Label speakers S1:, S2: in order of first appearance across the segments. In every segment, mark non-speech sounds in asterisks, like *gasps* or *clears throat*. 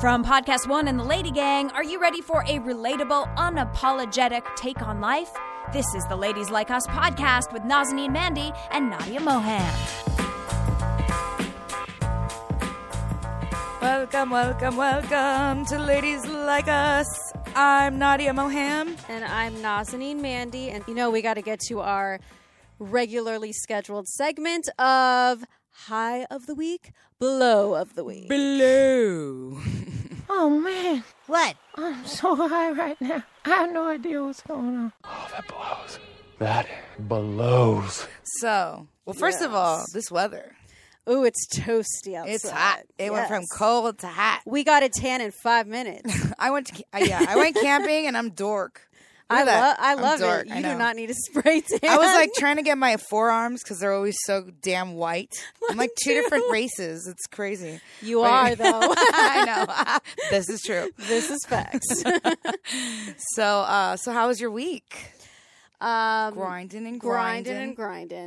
S1: From Podcast One and the Lady Gang, are you ready for a relatable, unapologetic take on life? This is the Ladies Like Us podcast with Nazanin Mandy and Nadia Mohan.
S2: Welcome, welcome, welcome to Ladies Like Us. I'm Nadia Moham.
S3: And I'm Nazanin Mandy. And you know, we got to get to our regularly scheduled segment of High of the Week, Blow of the Week.
S2: Blue.
S4: Oh man,
S5: What?
S4: I'm so *laughs* high right now. I have no idea what's going on.
S6: That blows. That blows.
S2: So, well, first of all, this weather.
S3: Ooh, it's toasty outside.
S2: It's hot. It went from
S3: Yes.
S2: cold to hot.
S3: We got a tan in five
S2: *laughs*
S3: minutes.
S2: I went to ca- uh, yeah, I
S3: *laughs*
S2: went camping and I'm dork. Look
S3: I,
S2: at that.
S3: love. I
S2: I'm
S3: love
S2: dork.
S3: it. You
S2: I
S3: do
S2: know.
S3: not need a *laughs* spray tan.
S2: I was like trying to get my forearms because they're always so damn white. I'm like two different races. It's crazy.
S3: *laughs* you
S2: But-
S3: are
S2: *laughs*
S3: though.
S2: I know. this is true.
S3: *laughs* this is
S2: *laughs*
S3: facts. *laughs*
S2: So, uh, so how was your week?
S3: Um,
S2: Grinding and grinding.
S3: grinding and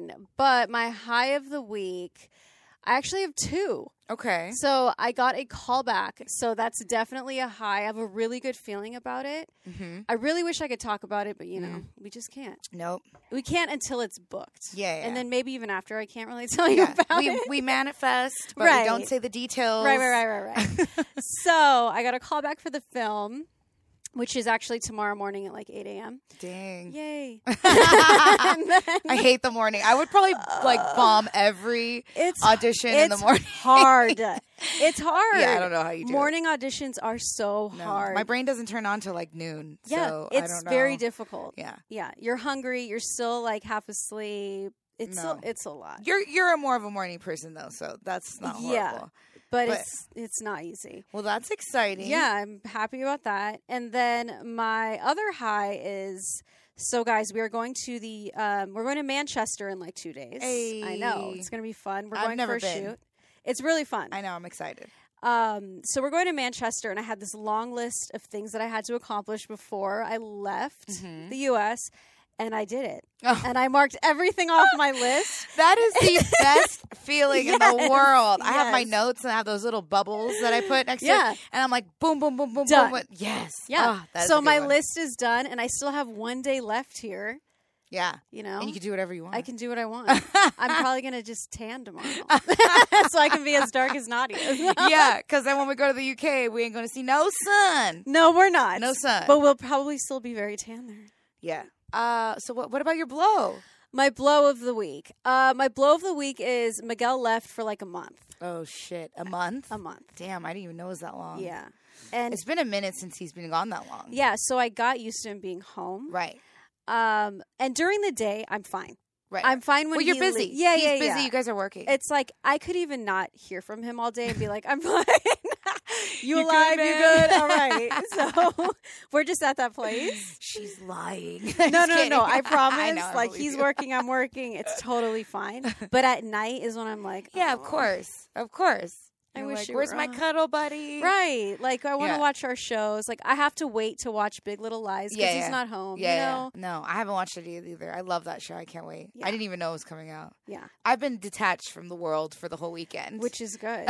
S3: grinding. But my high of the week, I actually have two.
S2: okay.
S3: So I got a call back. So that's definitely a high. I have a really good feeling about it.
S2: Mhm.
S3: I really wish I could talk about it, but you know, we just can't.
S2: Nope.
S3: We can't until it's booked.
S2: Yeah, yeah, yeah.
S3: And then maybe even after, I can't really *laughs* tell you
S2: Yeah.
S3: about
S2: we,
S3: it.
S2: we manifest, but we don't
S3: Right.
S2: say the details.
S3: Right, right, right, right,
S2: *laughs*
S3: right. so I got a call back for the film, which is actually tomorrow morning at like 8 a.m.
S2: Dang. *laughs*
S3: Yay. And then-
S2: I hate the morning. I would probably like bomb every
S3: Uh, It's-
S2: audition in the
S3: it's
S2: morning. *laughs*
S3: hard. It's hard.
S2: Yeah, I don't know how you do it.
S3: Morning auditions are so
S2: No,
S3: hard.
S2: My brain doesn't turn on till like noon.
S3: Yeah,
S2: so I
S3: it's
S2: don't know.
S3: very difficult.
S2: Yeah.
S3: Yeah, you're hungry. You're still like half asleep. It's
S2: No.
S3: a, it's a lot,
S2: You're you're a more of a morning person though, so that's not horrible.
S3: Yeah. but,
S2: but-
S3: it's it's not easy.
S2: Well, that's exciting.
S3: Yeah, I'm happy about that. And then my other high is so, guys, we are going to the um, we're going to Manchester in like two days. I know
S2: Hey.
S3: it's going to be fun. We're
S2: I've
S3: going
S2: never
S3: for a
S2: been.
S3: shoot. It's really fun.
S2: I know. I'm excited.
S3: Um, so we're going to Manchester, and I had this long list of things that I had to accomplish before I left the U.S. And I did it,
S2: Mm-hmm. Oh.
S3: and I marked everything off my list.
S2: That
S3: *laughs*
S2: is the best feeling in the
S3: Yes,
S2: world. I have my
S3: yes.
S2: notes and I have those little bubbles that I put next to
S3: Yeah.
S2: it, and I'm like, boom, boom, boom, boom,
S3: Done.
S2: boom. Yes.
S3: Yeah.
S2: Ah, that is a
S3: so
S2: good
S3: my
S2: one.
S3: list is done, and I still have one day left here.
S2: Yeah.
S3: You know,
S2: And you can do whatever you want.
S3: I can do what I
S2: *laughs*
S3: want. I'm probably gonna just tan tomorrow, so I can be as dark as Nadia.
S2: *laughs* yeah, because then when we go to the UK, we ain't going to see no sun.
S3: *laughs* No, we're not.
S2: No sun.
S3: But we'll probably still be very tan there.
S2: Yeah. Uh, so what? What about your blow?
S3: My blow of the week. Uh, my blow of the week is Miguel left for like a month.
S2: Oh shit! A month.
S3: A month.
S2: Damn, I didn't even know it was that long.
S3: Yeah. And
S2: Um, It's been a minute since he's been gone that long.
S3: yeah, so I got used to him being home.
S2: Right.
S3: Um, and during the day, I'm fine.
S2: Right.
S3: I'm fine when
S2: well, you're
S3: he
S2: busy.
S3: lea- Yeah,
S2: he's
S3: yeah,
S2: busy.
S3: yeah.
S2: You guys are working. *laughs*
S3: It's like I could even not hear from him all day and be like, I'm fine. *laughs* you,
S2: You good,
S3: alive? you
S2: man?
S3: good? All
S2: *laughs*
S3: right. So *laughs* we're just at that place.
S2: She's lying. *laughs*
S3: No, no, no, no. I promise.
S2: know, I
S3: like
S2: believe
S3: he's
S2: you.
S3: working, I'm working. It's
S2: *laughs*
S3: totally fine. But at night is when I'm like,
S2: Yeah, of
S3: "Oh."
S2: course, of course.
S3: I
S2: You're
S3: wish
S2: like,
S3: you
S2: Where's
S3: were
S2: my
S3: on."
S2: cuddle buddy?
S3: Right. Like I want to
S2: Yeah.
S3: watch our shows. Like I have to wait to watch Big Little Lies because
S2: Yeah, yeah.
S3: he's not home.
S2: Yeah,
S3: you
S2: yeah.
S3: know?
S2: No, I haven't watched it either. I love that show. I can't wait. I
S3: Yeah.
S2: didn't even know it was coming out.
S3: Yeah.
S2: I've been detached from the world for the whole weekend.
S3: Which is
S2: *laughs*
S3: good.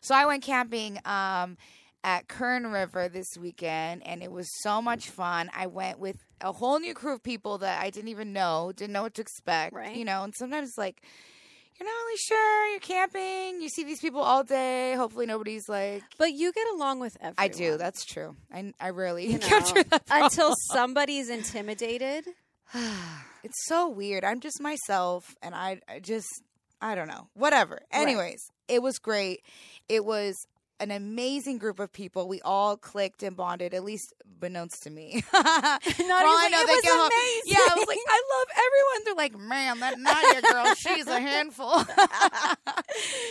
S2: so I went camping um, at Kern River this weekend, and it was so much
S3: Mm.
S2: fun. I went with a whole new crew of people that I didn't even know, didn't know what to expect.
S3: Right.
S2: You know, and sometimes like. You're not really sure. You're camping. You see these people all day. Hopefully, nobody's like.
S3: But you get along with everyone.
S2: I do. That's true. I I rarely *laughs*
S3: you know,
S2: capture that.
S3: until somebody's intimidated.
S2: It's so weird. I'm just myself, and I, I just, I don't know. Whatever. Anyways, it was great. It was an amazing group of people. We all clicked and bonded, at least unbeknownst
S3: *laughs*
S2: to me. *laughs* For all I
S3: like,
S2: know,
S3: "It
S2: they
S3: was
S2: came home- Yeah, I was like,
S3: amazing."
S2: I love everyone. They're like, man, that Nadia girl, she's a handful. *laughs*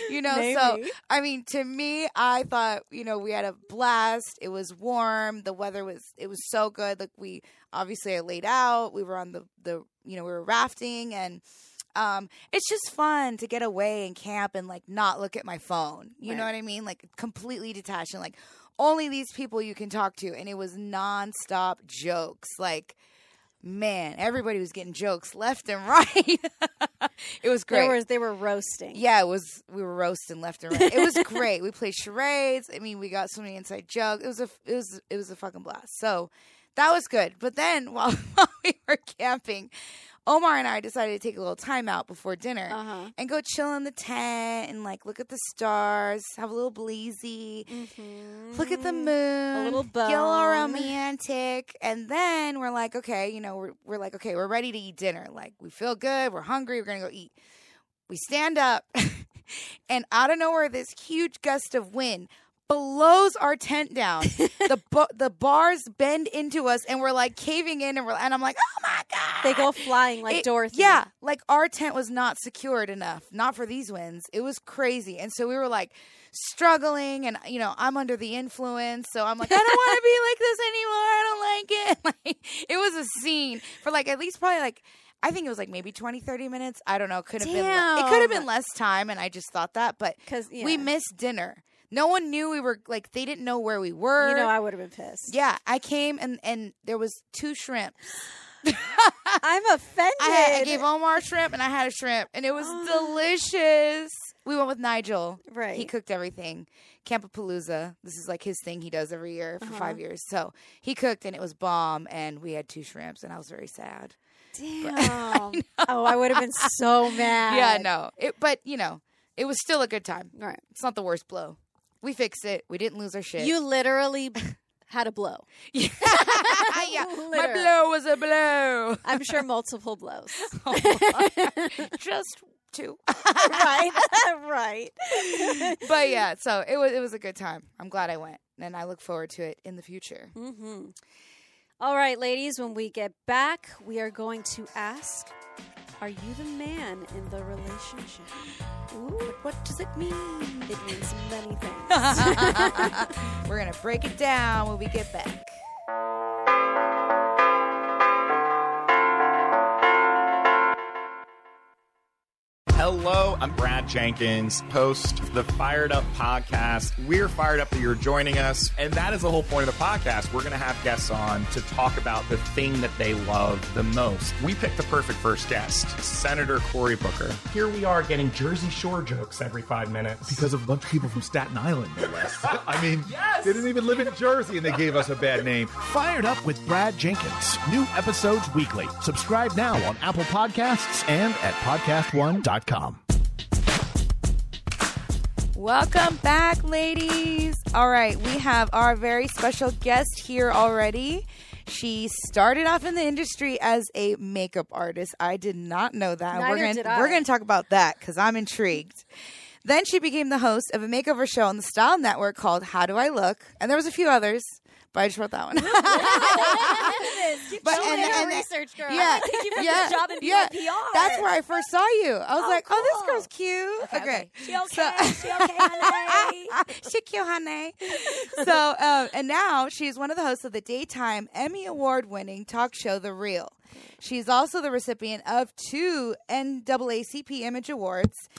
S2: you know, so
S3: Maybe.
S2: I mean, to me, I thought you know we had a blast. It was warm. The weather was it was so good. Like we obviously I laid out. We were on the the you know we were rafting and. Um, it's just fun to get away and camp and like not look at my phone. You know what I mean? Like completely detached and like only these people you can talk to. And it was nonstop jokes. Like man, everybody was getting jokes left and right. *laughs* it was great.
S3: There was they were roasting.
S2: Yeah, it was. We were roasting left and right. It was great. we played charades. I mean, we got so many inside jokes. It was a it was it was a fucking blast. So that was good. But then *laughs* while, while we were camping, Omar and I decided to take a little time out before dinner
S3: Uh-huh.
S2: and go chill in the tent and like look at the stars, have a little bleazy,
S3: Mm-hmm.
S2: look at the moon, a
S3: little
S2: get a little
S3: bone. *laughs*
S2: romantic, and then we're like, okay, you know, we're we're like, okay, we're ready to eat dinner. Like we feel good, we're hungry, we're gonna go eat. We stand up, *laughs* and out of nowhere, this huge gust of wind blows our
S3: *laughs*
S2: tent down. the bo- the bars bend into us, and we're like caving in, and we're and I'm like, oh my god!
S3: They go flying like
S2: It-
S3: Dorothy.
S2: Yeah, like our tent was not secured enough, not for these winds. It was crazy, and so we were like struggling, and you know, I'm under the influence, so I'm like, I don't want to be like this
S3: *laughs*
S2: anymore. I don't like it. *laughs* Like it was a scene for like at least probably like. I think it was like maybe 20, 30 minutes. I don't know. Could have been. le- it could have been
S3: Damn.
S2: less time, and I just thought that. But
S3: 'Cause, yeah.
S2: we missed dinner. No one knew we were like they didn't know where we were.
S3: You know, I would have been pissed.
S2: yeah, I came and and there was two shrimp.
S3: I'm offended.
S2: I, had, I gave Omar shrimp and I had a shrimp,
S3: *gasps*
S2: and it was delicious. We went with Nigel.
S3: Right.
S2: He cooked everything. Campapalooza. This is like his thing he does every year for
S3: Uh-huh.
S2: five years. So he cooked and it was bomb, and we had two shrimps, and I was very sad. *laughs*
S3: Damn. oh, I would have been so mad.
S2: yeah, no. It, but, you know, it was still a good time.
S3: All right.
S2: It's not the worst blow. We fixed it. We didn't lose our shit.
S3: You literally had a blow.
S2: *laughs*
S3: *laughs*
S2: yeah, my
S3: Literally.
S2: blow was a blow.
S3: *laughs* I'm sure multiple
S2: *laughs*
S3: blows.
S2: Just two.
S3: right. right.
S2: *laughs* but yeah, so it was it was a good time. I'm glad I went, and I look forward to it in the future.
S3: All right, ladies, when we get back, we are going to ask Are you the man in the relationship?
S2: What does it mean?
S3: It means many
S2: *laughs*
S3: things. *laughs*
S2: We're gonna break it down when we get back.
S5: Hello, I'm Brad Jenkins, host of the Fired Up podcast. We're fired up that you're joining us, and that is the whole point of the podcast. We're going to have guests on to talk about the thing that they love the most. We picked the perfect first guest, Senator Cory Booker.
S7: Here we are getting Jersey Shore jokes every five minutes.
S8: because of a bunch of people from Staten Island, no less.
S7: *laughs*
S8: I mean, they didn't even live in Jersey and they gave us a bad name. Fired Up with Brad Jenkins. New episodes weekly. Subscribe now on Apple Podcasts and at podcastone.com.
S2: Welcome back, ladies. All right, we have our very special guest here already. She started off in the industry as a makeup artist. I did not know that.
S3: Neither
S2: we're gonna
S3: did I.
S2: we're gonna talk about that because I'm intrigued. Then she became the host of a makeover show on the Style Network called How Do I Look? And there was a few others, but I just
S3: *laughs*
S2: wrote that one.
S3: Oh,
S2: But-
S3: She'll
S2: and-
S3: do her
S2: and-
S3: research, girl.
S2: Yeah,
S3: Thank you for
S2: yeah,
S3: the job and being
S2: yeah.
S3: a PR.
S2: That's where I first saw you. I was like, oh, this
S3: cool.
S2: girl's cute. Okay,
S3: She okay?
S2: *laughs*
S3: she okay, honey?
S2: she cute, honey. so, um, and now she's one of the hosts of the daytime Emmy Award winning talk show, The Real. She's also the recipient of two NAACP Image Awards.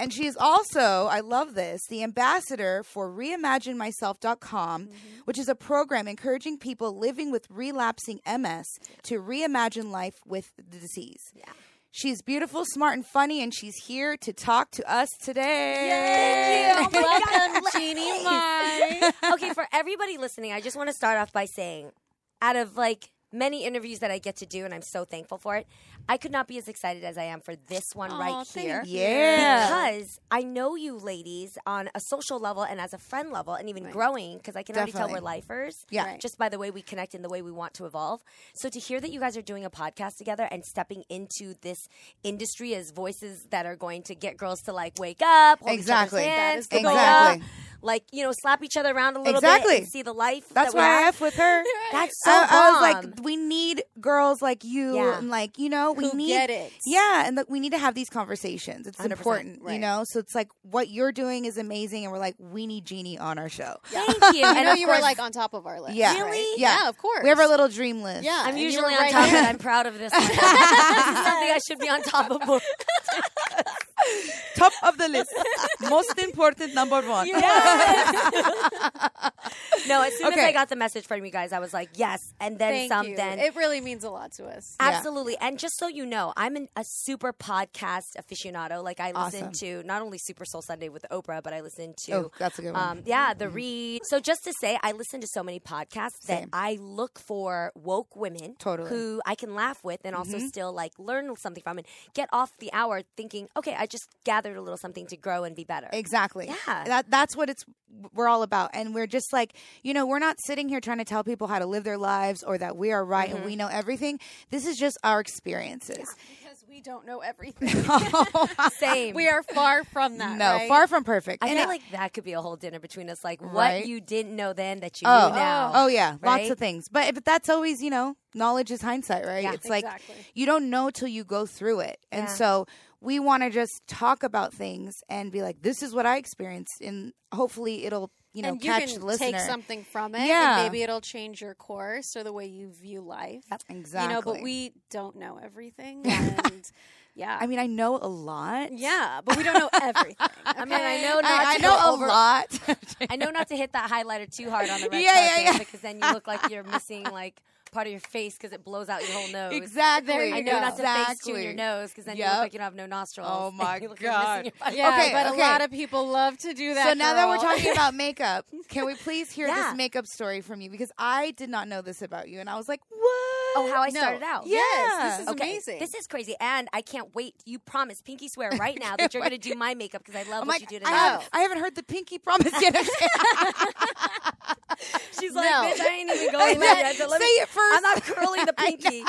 S2: And she is also, I love this, the ambassador for reimaginemyself.com,
S9: Mm-hmm.
S2: which is a program encouraging people living with relapsing MS to reimagine life with the disease. She's beautiful, smart, and funny, and she's here to talk to us today.
S9: *laughs* Thank you. Oh my God.
S3: Welcome, Jeannie Mai.
S9: okay, for everybody listening, I just want to start off by saying, out of like many interviews that I get to do, and I'm so thankful for it, I could not be as excited as I am for this one
S3: Aw,
S9: right
S3: thank
S9: here.
S3: you.
S2: Yeah.
S9: Because I know you ladies on a social level and as a friend level, and even growing, because I can already
S2: Definitely.
S9: tell we're lifers.
S2: Yeah. Right.
S9: Just by the way we connect and the way we want to evolve. So to hear that you guys are doing a podcast together and stepping into this industry as voices that are going to get girls to like wake up, hold each other's
S2: Exactly. That
S9: hands,
S2: is the
S9: pick
S2: goal.
S9: me up,
S2: Exactly.
S9: like you know, slap each other around a little
S2: Exactly.
S9: bit and see the life.
S2: That's
S9: that
S2: why I
S9: we
S2: F with *laughs* her.
S9: That's so
S2: Uh, I, I was
S9: bomb.
S2: like, we need girls like you,
S9: Yeah.
S2: and like you know, we
S3: Who
S2: need
S3: get it.
S2: Yeah, and like we need to have these conversations. It's
S9: 100%,
S2: important, you
S3: right.
S2: know. So it's like what you're doing is amazing, and we're like, we need Jeannie on our show. *laughs* Yeah,
S9: Thank you.
S3: I
S9: And
S3: know
S9: of
S3: you were
S9: course,
S3: like on top of our list.
S2: yeah,
S3: right?
S2: yeah.
S3: of course.
S2: We have our little dream list.
S3: Yeah.
S9: I'm
S3: and you were
S9: usually on
S3: right
S9: top of
S3: there.
S9: it. I'm proud of this. *laughs* One. this is something I should be on top of. more.
S2: top *laughs* of the list, most important number one.
S9: *laughs* No, as soon as
S2: Okay.
S9: I got the message from you guys, I was like, yes, and then
S3: *laughs* Thank
S9: some,
S3: you.
S9: then
S3: It really means a lot to us.
S9: Absolutely. And just so you know, I'm an, a super podcast aficionado. Like I listen
S2: Awesome.
S9: to not only Super Soul Sunday with Oprah, but I listen to
S2: Oh, that's a good one. Mm-hmm.
S9: Um, yeah, the read. So just to say, I listen to so many podcasts that
S2: Same.
S9: I look for woke women
S2: Totally. Mm-hmm.
S9: who I can laugh with and also still like learn something from and get off the hour thinking, okay, I just gathered a little something to grow and be better.
S2: Exactly.
S9: Yeah.
S2: That that's what it's we're all about. And we're just like, you know, we're not sitting here trying to tell people how to live their lives or that we are right and we
S9: Mm-hmm.
S2: know everything. This is just our experiences.
S3: Because we don't know everything.
S9: *laughs* Same.
S3: we are far from that.
S2: no,
S3: right?
S2: far from perfect.
S9: I
S2: And
S9: feel
S2: it-
S9: like that could be a whole dinner between us. Like what
S2: Right.
S9: you didn't know then that you
S2: oh,
S9: knew now.
S2: oh yeah, lots
S9: right?
S2: of things. But but that's always, you know, knowledge is hindsight, right?
S9: Yeah.
S2: it's like
S3: Exactly.
S2: you don't know till you go through it. And
S9: Yeah.
S2: so we want to just talk about things and be like, this is what I experienced and hopefully it'll, you know,
S3: and you
S2: catch
S3: can
S2: the listener.
S3: take something from it.
S2: Yeah.
S3: And maybe it'll change your course or the way you view life.
S2: exactly.
S3: You know, but we don't know everything. And yeah.
S2: I mean, I know a lot.
S3: yeah, but we don't know everything. I
S9: mean, *laughs* I know not
S2: I, I
S9: to
S2: know
S9: go
S2: a *laughs*
S9: over-
S2: lot.
S9: I know not to hit that highlighter too hard
S2: *laughs*
S9: on the red
S2: Yeah, yeah,
S9: carpet
S2: yeah.
S9: because then you look like you're missing like part of your face because it blows out your
S2: *laughs*
S9: whole nose.
S2: exactly.
S9: I know not to face tune
S2: Exactly.
S9: your nose because then you
S2: Yep.
S9: look like you don't have no nostrils.
S2: Oh, my
S9: *laughs* You look like you're missing your-
S3: yeah,
S2: Okay,
S3: but
S2: okay.
S3: a lot of people love to do that.
S2: So now that we're
S3: girl. *laughs*
S2: talking about makeup, can we please hear
S9: Yeah.
S2: this makeup story from you? Because I did not know this about you, and I was like, "What?
S9: Oh, how I started out.
S2: Yes,
S3: this is
S9: Okay,
S3: amazing.
S9: This is crazy, and I can't wait. You promise, Pinky
S2: *laughs*
S9: swear right now that you're going to do my makeup because I love
S2: I'm like,
S9: what you do to
S2: Oh I,
S9: me.
S2: haven't, I haven't heard the pinky promise yet. *laughs*
S9: She's like,
S2: No.
S9: bitch, I ain't *laughs* even
S2: Let-
S9: going there yet. So let
S2: say
S9: me,
S2: it first.
S9: I'm not curling *laughs* the pinky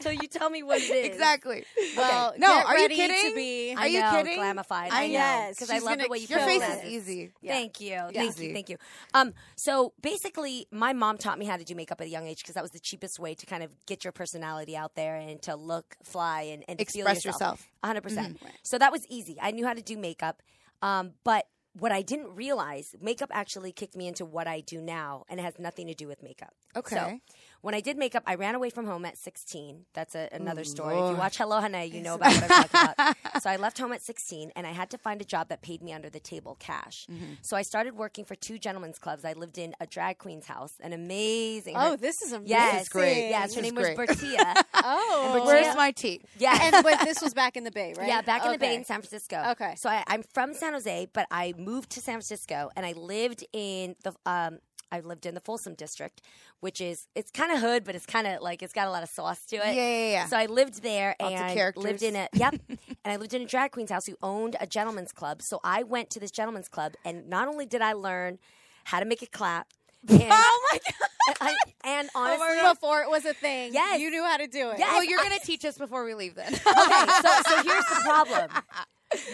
S9: till you tell me what it is.
S2: exactly.
S3: well,
S2: No,
S3: get
S2: are you
S3: ready
S2: kidding?
S3: To be,
S2: Are
S9: I
S2: you
S9: know,
S2: kidding?
S9: Glamified.
S2: I
S9: I, know
S3: Yes,
S9: because I
S3: she's
S9: love the
S3: gonna
S9: way you
S2: Your
S9: put
S2: face
S9: that.
S2: is easy.
S9: Thank you. Thank
S2: Easy.
S9: you. Thank you. Um, so basically, my mom taught me how to do makeup at a young age because that was the cheapest way to kind of get your personality out there and to look fly and, and to feel
S2: Express yourself. Mm-hmm.
S9: yourself. 100%. percent So that was easy. I knew how to do makeup. Um, but what I didn't realize, makeup actually kicked me into what I do now, and it has nothing to do with makeup.
S2: Okay.
S9: So when I did makeup, I ran away from home at 16. That's a, another story. If you watch Hello Hana, you know about what I'm talking about. So I left home at 16, and I had to find a job that paid me under the table cash. So I started working for two gentlemen's clubs. I lived in a drag queen's house, an amazing.
S3: Oh, this is amazing.
S9: yes,
S2: great.
S9: Yes,
S2: This
S9: her
S2: is
S9: name was
S2: great.
S9: Bertia.
S3: Oh,
S2: *laughs* Where's my tea?
S9: yeah,
S3: and but this was back in the Bay, right?
S9: yeah, back in the Bay
S3: Okay.
S9: in San Francisco.
S3: Okay.
S9: So I, I'm from San Jose, but I moved to San Francisco and I lived in the um I lived in the Folsom district, which is it's kind of hood, but it's kind of like it's got a lot of sauce to it.
S2: Yeah, yeah, yeah.
S9: So I lived there
S2: Lots of
S9: and
S2: characters.
S9: lived in a
S2: *laughs*
S9: yep, and I lived in a drag queen's house who owned a gentleman's club. So I went to this gentleman's club, and not only did I learn how to make it clap. *laughs* And,
S2: *laughs*
S9: oh my god! And, and honestly,
S3: Before it was a thing,
S9: Yes.
S3: you knew how to do it.
S9: Yes.
S2: Oh, you're gonna teach us before we leave, *laughs* then.
S9: okay, so, so here's the problem.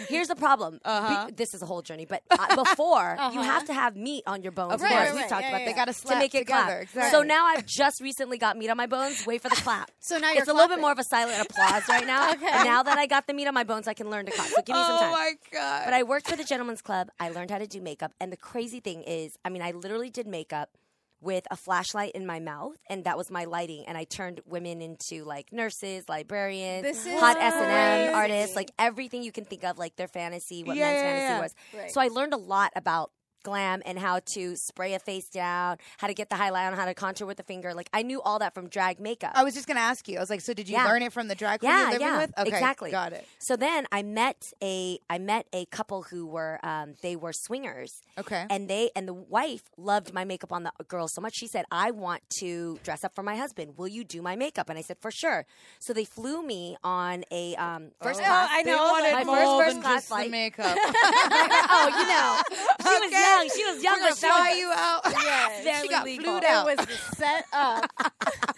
S9: Here's the problem. Be- this is a whole journey, but uh, before you have to have meat on your bones.
S2: Right,
S9: Of course,
S2: right,
S9: we
S2: right.
S9: talked
S3: Yeah, yeah,
S9: about this
S3: yeah.
S2: They gotta
S9: to
S2: slap
S9: make it
S2: together,
S9: clap.
S2: exactly.
S9: So now I've just recently got meat on my bones. Wait for the clap.
S3: So now
S9: it's
S3: you're
S9: a little bit
S3: clapping.
S9: more of a silent applause right now. okay. Now that I got the meat on my bones, I can learn to clap. So give me some
S2: oh
S9: time.
S2: my god.
S9: But I worked for the Gentlemen's Club. I learned how to do makeup. And the crazy thing is, I mean, I literally did makeup with a flashlight in my mouth, and that was my lighting. And I turned women into like nurses, librarians,
S3: This is
S9: hot S and
S3: crazy.
S9: M artists, like everything you can think of, like their fantasy, what
S2: Yeah,
S9: men's
S2: yeah,
S9: fantasy
S2: yeah.
S9: was.
S3: Right.
S9: So I learned a lot about glam and how to spray a face down, how to get the highlight on, how to contour with the finger. Like I knew all that from drag makeup.
S2: I was just gonna ask you. I was like, so did you
S9: Yeah.
S2: learn it from the drag queen
S9: Yeah,
S2: you're living
S9: yeah,
S2: with? Okay,
S9: exactly.
S2: Got it.
S9: So then I met a I met a couple who were um, they were swingers.
S2: Okay.
S9: And they and the wife loved my makeup on the girl so much. She said, "I want to dress up for my husband. Will you do my makeup?" And I said, "For sure." So they flew me on a um,
S2: Oh,
S9: first class.
S3: I know
S2: wanted
S9: my
S2: more
S9: first first
S2: than
S9: class
S2: just the
S9: *laughs* flight.
S2: makeup.
S9: oh, you
S2: *laughs*
S9: know, she was
S2: Okay.
S9: young. She was young,
S2: We're gonna
S9: but that was-
S2: fly you out.
S9: *laughs* Yes.
S2: she got
S9: Barely
S2: flued
S9: legal.
S2: out.
S3: It was the set up.
S2: *laughs*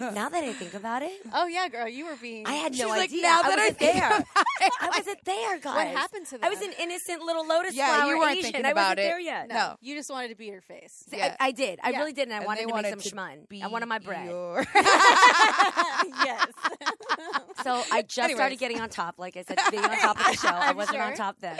S9: now that I think about it,
S3: *laughs* Oh yeah, girl, you were being.
S9: I had no
S2: She's like,
S9: idea.
S2: "Now
S9: I
S2: that I
S9: wasn't
S2: think
S9: there.
S2: about it."
S9: I
S2: *laughs*
S9: wasn't there, guys.
S3: happened to
S9: I was
S3: them?
S9: an innocent little lotus
S2: Yeah,
S9: flower
S2: you weren't
S9: Asian.
S2: thinking
S9: I wasn't
S2: about it.
S9: there yet.
S2: No. No.
S3: You just wanted to be your *laughs* face.
S9: I-
S2: Yeah.
S9: I, did. I
S3: Yeah.
S9: really did, and I
S2: And
S9: wanted
S2: they
S9: to make
S2: wanted
S9: some
S2: to
S9: schmun. *laughs* I wanted my bread.
S2: your- *laughs*
S3: *laughs* yes.
S2: *laughs*
S9: So I just started
S2: Anyways.
S9: getting on top. Like
S2: *laughs*
S9: I said, being on top of the show, I wasn't on
S3: sure.
S9: top then.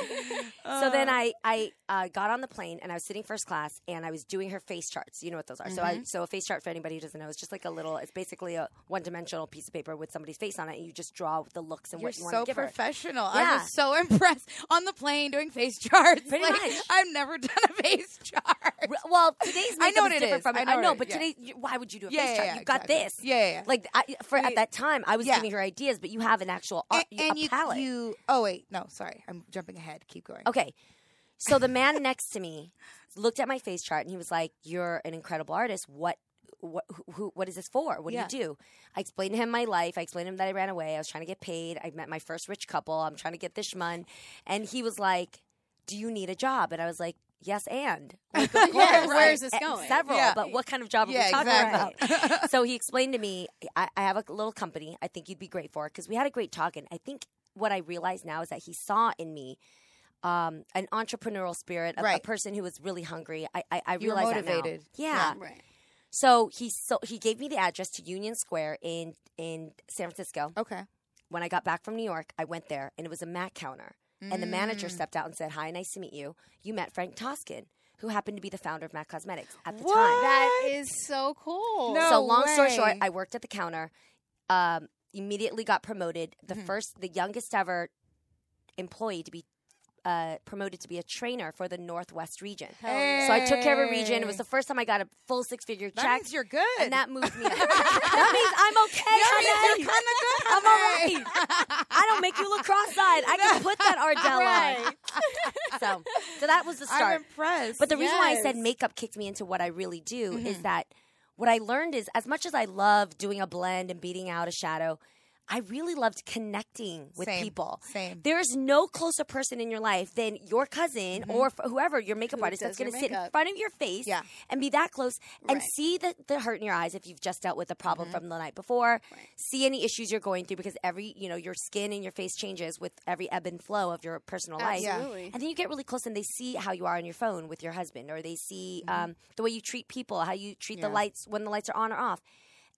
S9: so then I I uh, got on the
S2: Mm-hmm.
S9: plane and I was sitting first class and I was doing her face charts. You know what those are? So I so a face chart for anybody who doesn't know is just like a a little. It's basically a one-dimensional piece of paper with somebody's face on it, and you just draw the looks and
S2: You're
S9: what you
S2: so
S9: want to give her.
S2: professional. I
S9: Yeah.
S2: was so *laughs* impressed on the plane doing face charts.
S9: Pretty
S2: like
S9: much.
S2: I've never done a face chart.
S9: Re- Well, today's
S2: I
S9: makeup
S2: know what
S9: is
S2: it
S9: different
S2: is.
S9: from
S2: I
S9: it.
S2: know
S9: I
S2: what
S9: know,
S2: it-
S9: but
S2: yeah.
S9: today, you, why would you do a
S2: Yeah,
S9: face
S2: yeah,
S9: chart?
S2: yeah,
S9: you got
S2: exactly.
S9: this.
S2: Yeah, yeah, yeah.
S9: Like I, for at that time, I was
S2: Yeah.
S9: giving her ideas, but you have an actual art,
S2: A- and
S9: uh, a
S2: you,
S9: palette.
S2: you. Oh wait, no, sorry, I'm jumping ahead. Keep going.
S9: Okay. So the man *laughs* next to me looked at my face chart and he was like, "You're an incredible artist. What what who, who what is this for? What do you do?" I explained to him my life. I explained to him that I ran away. I was trying to get paid. I met my first rich couple. I'm trying to get this shmun. And he was like, "Do you need a job?" And I was like, "Yes, and." Like, of
S3: Yeah,
S9: course.
S3: where is this
S9: Eh,
S3: going?
S9: Several,
S2: Yeah.
S9: but what kind of job are
S2: Yeah,
S9: we talking
S2: exactly. *laughs*
S9: about? so he explained to me, I, "I have a little company. I think you'd be great for because we had a great talk." And I think what I realize now is that he saw in me um, an entrepreneurial spirit, a, a
S2: Right.
S9: person who was really hungry. I I, I
S2: You were
S9: realized
S2: motivated.
S9: that now. Yeah.
S3: Right.
S9: So he so he gave me the address to Union Square in in San Francisco.
S2: Okay.
S9: When I got back from New York, I went there and it was a Mac counter. And the
S2: Mm.
S9: manager stepped out and said, "Hi, nice to meet you. You met Frank Toskin, who happened to be the founder of Mac Cosmetics at the time."
S3: That is so cool.
S2: No.
S9: so long story short,
S2: way.
S9: I worked at the counter. Um, immediately got promoted. The
S2: Mm-hmm.
S9: first, the youngest ever employee to be uh, promoted to be a trainer for the Northwest region. So I took care of a region. It was the first time I got a full six figure
S2: That
S9: check.
S2: means you're good.
S9: and that moved
S2: *laughs*
S9: me. up. that means I'm okay.
S2: That means you're
S9: honey.
S2: kinda
S9: *laughs* I'm
S2: good,
S9: all right. I don't make you look cross-eyed. I can put that Ardell on. *laughs* So, so that was the *laughs*
S2: *laughs*
S9: start.
S2: I'm impressed.
S9: But the reason why I said
S3: Yes. Mm-hmm.
S9: makeup kicked me into what I really do is that what I learned is as much as I love doing a blend and beating out a shadow, I really loved connecting with
S2: Same.
S9: people.
S2: Same.
S9: There's no closer person in your life than your cousin or f- whoever your makeup
S3: Mm-hmm. Who
S9: artist that's
S3: does your
S9: going to sit in
S3: makeup.
S9: front of your face
S2: Yeah.
S9: and be that close and
S3: Right. Mm-hmm.
S9: see the, the hurt in your eyes if you've just dealt with a problem from the night before. See any issues you're going through because every, you know, your skin and your face changes with every ebb and flow of your personal life.
S3: Absolutely.
S9: And then you get really close and they see how you are on your phone with your husband or they see
S2: Mm-hmm.
S9: um, the way you treat people, how you treat the lights when the lights are on or off.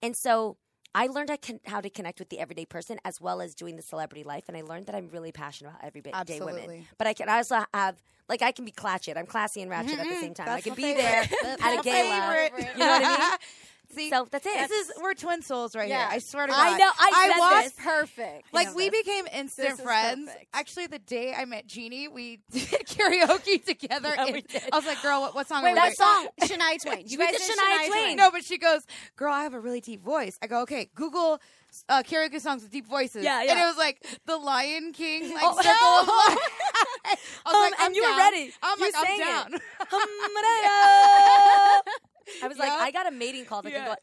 S9: And so I learned how, con- how to connect with the everyday person as well as doing the celebrity life. And I learned that I'm really passionate about everyday women.
S2: Absolutely.
S9: But I can also have, like, I can be clatchet. I'm classy and ratchet at
S2: Mm-hmm.
S9: the same time. I can be there at a
S2: my
S9: gala.
S2: favorite.
S9: You know what I mean?
S2: *laughs* See,
S9: So that's it. Um,
S2: This is we're twin souls right
S3: Yeah.
S2: here. I swear to God.
S9: I know. I, said
S2: watched
S9: this.
S3: Perfect.
S2: Like we became instant
S3: is
S2: friends.
S3: perfect.
S2: Actually, the day I met Jeannie, we *laughs* did karaoke together.
S9: Yeah,
S2: and
S9: we did.
S2: I was like, "Girl, what, what song?"
S3: Wait,
S2: are we
S3: that
S2: doing?" *laughs*
S3: song, Shania Twain. You
S9: We
S3: guys
S9: did
S3: did
S9: Shania
S3: Shania
S9: Twain.
S3: Twain.
S2: No, but she goes, "Girl, I have a really deep voice." I go, "Okay, Google uh, karaoke songs with deep voices."
S9: Yeah,
S2: And
S9: yeah.
S2: it was like the Lion
S9: *laughs*
S2: King, like
S9: Oh.
S2: circle of life. *laughs* I was
S9: Um,
S2: like,
S9: and
S2: I'm
S9: you were
S2: down.
S9: ready.
S2: I'm
S9: You
S2: like, I'm
S9: sang it.
S2: down.
S9: *laughs*
S2: *laughs*
S9: I was like,
S2: Yeah.
S9: I got a mating call. that can go-